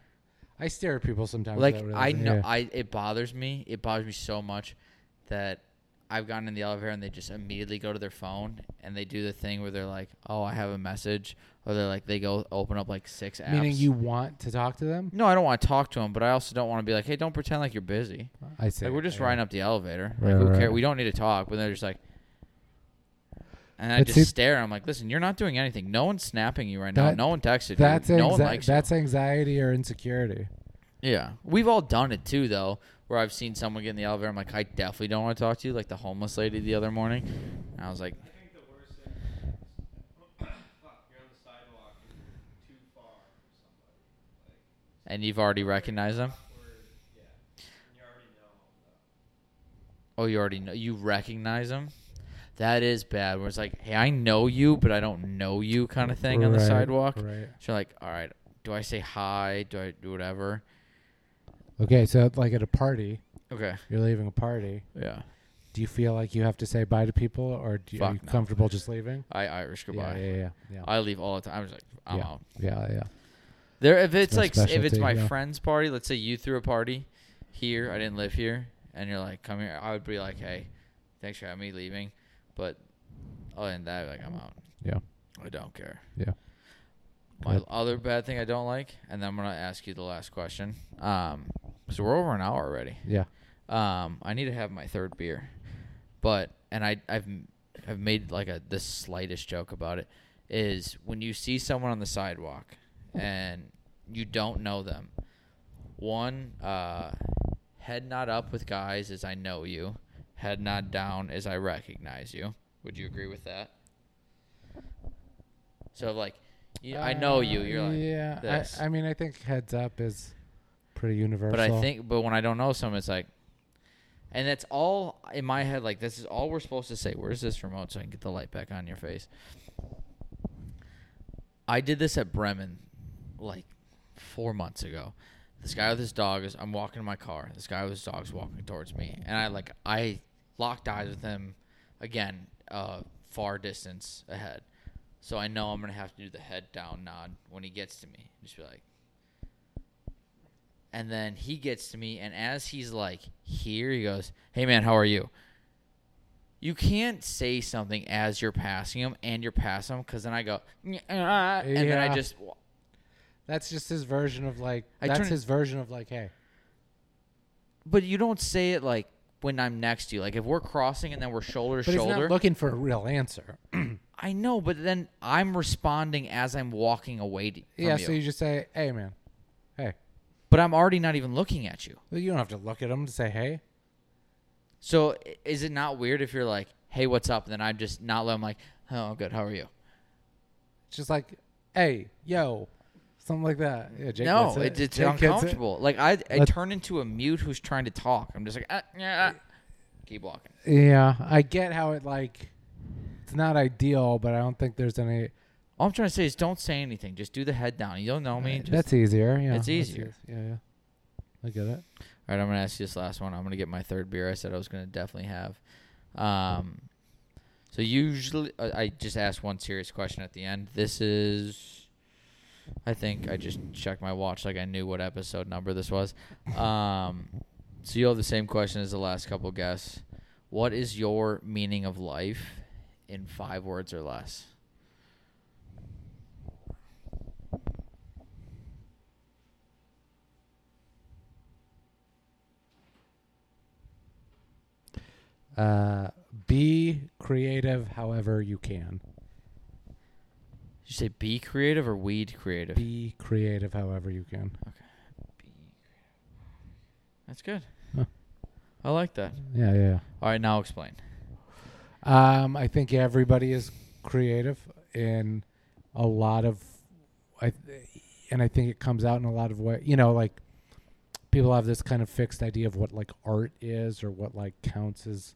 [SPEAKER 1] I stare at people sometimes.
[SPEAKER 2] like
[SPEAKER 1] without
[SPEAKER 2] I
[SPEAKER 1] realizing-
[SPEAKER 2] know
[SPEAKER 1] yeah.
[SPEAKER 2] I it bothers me. It bothers me so much that I've gotten in the elevator and they just immediately go to their phone and they do the thing where they're like, "Oh, I have a message," or they're like, they go open up like six apps.
[SPEAKER 1] Meaning you want to talk to them?
[SPEAKER 2] No, I don't want to talk to them, but I also don't want to be like, "Hey, don't pretend like you're busy."
[SPEAKER 1] I see.
[SPEAKER 2] Like we're just
[SPEAKER 1] yeah.
[SPEAKER 2] riding up the elevator.
[SPEAKER 1] Right,
[SPEAKER 2] like who
[SPEAKER 1] right,
[SPEAKER 2] cares?
[SPEAKER 1] right.
[SPEAKER 2] We don't need to talk. But they're just like. And I
[SPEAKER 1] But
[SPEAKER 2] just
[SPEAKER 1] see-
[SPEAKER 2] stare. I'm like, listen, you're not doing anything. No one's snapping you right
[SPEAKER 1] That-
[SPEAKER 2] now. No one texted
[SPEAKER 1] That's
[SPEAKER 2] you. No
[SPEAKER 1] anxi-
[SPEAKER 2] one likes you.
[SPEAKER 1] that's anxiety or insecurity.
[SPEAKER 2] Yeah, we've all done it too, though. Where I've seen someone get in the elevator, I'm like, I definitely don't want to talk to you. Like the homeless lady the other morning, and I was like,
[SPEAKER 3] I think the worst thing is, [COUGHS] fuck, you're on the sidewalk and you're too far from somebody. Like,
[SPEAKER 2] and you've already recognized them.
[SPEAKER 3] awkward, yeah. And you already know them.
[SPEAKER 2] Oh, you already know. You recognize them. That is bad. Where it's like, hey, I know you, but I don't know you, kind of thing on the
[SPEAKER 1] Right,
[SPEAKER 2] sidewalk.
[SPEAKER 1] Right.
[SPEAKER 2] So you're like, all right, do I say hi? Do I do whatever?
[SPEAKER 1] Okay, so like at a party,
[SPEAKER 2] Okay.
[SPEAKER 1] you're leaving a party.
[SPEAKER 2] Yeah.
[SPEAKER 1] Do you feel like you have to say bye to people, or do you, are
[SPEAKER 2] Fuck
[SPEAKER 1] you
[SPEAKER 2] no.
[SPEAKER 1] comfortable just leaving?
[SPEAKER 2] I Irish
[SPEAKER 1] Yeah,
[SPEAKER 2] goodbye.
[SPEAKER 1] yeah, yeah, yeah.
[SPEAKER 2] I leave all the time. I'm just like, I'm
[SPEAKER 1] yeah.
[SPEAKER 2] out.
[SPEAKER 1] Yeah, yeah.
[SPEAKER 2] There, if
[SPEAKER 1] It's
[SPEAKER 2] it's,
[SPEAKER 1] my
[SPEAKER 2] like, s- if it's
[SPEAKER 1] specialty,
[SPEAKER 2] my
[SPEAKER 1] yeah.
[SPEAKER 2] friend's party, let's say you threw a party here, I didn't live here, and you're like, come here, I would be like, hey, thanks for having me leaving, but other than that, like, I'm out.
[SPEAKER 1] Yeah.
[SPEAKER 2] I don't care.
[SPEAKER 1] Yeah.
[SPEAKER 2] My
[SPEAKER 1] Good.
[SPEAKER 2] other bad thing I don't like, and then I'm gonna ask you the last question. Um, so we're over an hour already.
[SPEAKER 1] Yeah.
[SPEAKER 2] Um, I need to have my third beer, but and I I've I've made like a the slightest joke about it is when you see someone on the sidewalk and you don't know them. One uh, head not up with guys is I know you. Head nod down is I recognize you. Would you agree with that? So like, you, I know you.
[SPEAKER 1] Uh,
[SPEAKER 2] You're like
[SPEAKER 1] yeah.
[SPEAKER 2] this.
[SPEAKER 1] I, I mean, I think heads up is pretty universal.
[SPEAKER 2] But I think, but when I don't know someone, it's like, and that's all in my head. Like this is all we're supposed to say. Where's this remote so I can get the light back on your face? I did this at Bremen, like four months ago. This guy with his dog is. I'm walking in my car. This guy with his dog's walking towards me, and I like I locked eyes with him again, uh, far distance ahead. So I know I'm gonna have to do the head down nod when he gets to me. Just be like, and then he gets to me, and as he's like here, he goes, "Hey man, how are you?" You can't say something as you're passing him, and you're passing him, because then I go, "Nyeh, ah," and then I
[SPEAKER 1] Yeah.
[SPEAKER 2] just
[SPEAKER 1] that's just his version of like.
[SPEAKER 2] I
[SPEAKER 1] that's
[SPEAKER 2] turn-
[SPEAKER 1] his version of like, hey,
[SPEAKER 2] But you don't say it like when I'm next to you. Like if we're crossing and then we're shoulder to
[SPEAKER 1] but he's
[SPEAKER 2] shoulder.
[SPEAKER 1] not looking for a real answer.
[SPEAKER 2] I know, but then I'm responding as I'm walking away to, from
[SPEAKER 1] yeah.
[SPEAKER 2] you.
[SPEAKER 1] So you just say, hey, man, hey.
[SPEAKER 2] but I'm already not even looking at you.
[SPEAKER 1] Well, You don't have to look at him to say, hey.
[SPEAKER 2] So i- is it not weird if you're like, "Hey, what's up?" and then I'm just not let 'em like, "Oh, I'm good. How are you?"
[SPEAKER 1] It's just like, hey, yo, something like that. Yeah, Jake
[SPEAKER 2] no,
[SPEAKER 1] gets it.
[SPEAKER 2] it's, it's
[SPEAKER 1] Jake gets it.
[SPEAKER 2] uncomfortable. Like I, I
[SPEAKER 1] Let's-
[SPEAKER 2] turn into a mute who's trying to talk. I'm just like, ah, yeah, ah." keep walking.
[SPEAKER 1] Yeah, I get how it like. It's not ideal, but I don't think there's any.
[SPEAKER 2] All I'm trying to say is don't say anything. Just do the head down. You don't know me. Just,
[SPEAKER 1] that's easier. Yeah,
[SPEAKER 2] it's
[SPEAKER 1] that's
[SPEAKER 2] easier.
[SPEAKER 1] eas- Yeah, yeah. I get it.
[SPEAKER 2] All right, I'm gonna ask you this last one. I'm gonna get my third beer. I said I was gonna definitely have. Um, so usually uh, I just ask one serious question at the end. This is I think I just checked my watch like I knew what episode number this was. Um, so you'll have the same question as the last couple guests. What is your meaning of life in five words or less?
[SPEAKER 1] Uh, be creative however you can.
[SPEAKER 2] Did you say be creative or weed creative?
[SPEAKER 1] Be creative however you can.
[SPEAKER 2] That's good.
[SPEAKER 1] Huh.
[SPEAKER 2] I like that.
[SPEAKER 1] Yeah, yeah. yeah.
[SPEAKER 2] All right, now explain.
[SPEAKER 1] Um, I think everybody is creative in a lot of, I, and I think it comes out in a lot of way. You know, like people have this kind of fixed idea of what like art is or what like counts as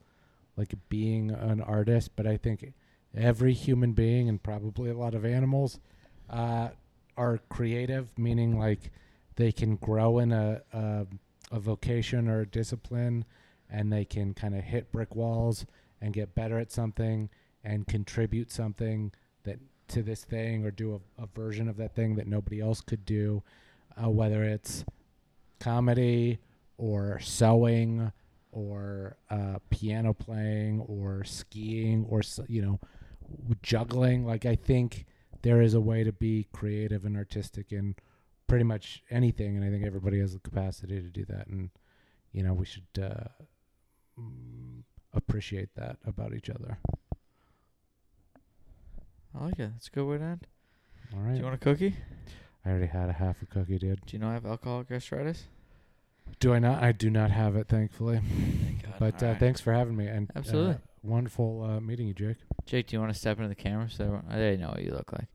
[SPEAKER 1] like being an artist. But I think every human being and probably a lot of animals uh, are creative, meaning like they can grow in a, a a vocation or a discipline, and they can kind of hit brick walls and get better at something and contribute something that to this thing or do a, a version of that thing that nobody else could do, uh, whether it's comedy or sewing or uh, piano playing or skiing or s- you know w- juggling. Like I think there is a way to be creative and artistic in pretty much anything, and I think everybody has the capacity to do that. And you know we should. Uh, mm, appreciate that about each other.
[SPEAKER 2] I like it. That's a good way to end.
[SPEAKER 1] All
[SPEAKER 2] Do
[SPEAKER 1] right.
[SPEAKER 2] you want a cookie?
[SPEAKER 1] I already had a half a cookie, dude.
[SPEAKER 2] Do you know I have alcoholic gastritis?
[SPEAKER 1] Do I not? I do not have it, thankfully.
[SPEAKER 2] [LAUGHS] God.
[SPEAKER 1] But uh,
[SPEAKER 2] All right.
[SPEAKER 1] thanks for having me. And uh,
[SPEAKER 2] Absolutely.
[SPEAKER 1] wonderful uh, meeting you, Jake.
[SPEAKER 2] Jake, do you want to step into the camera so everyone, they know what you look like?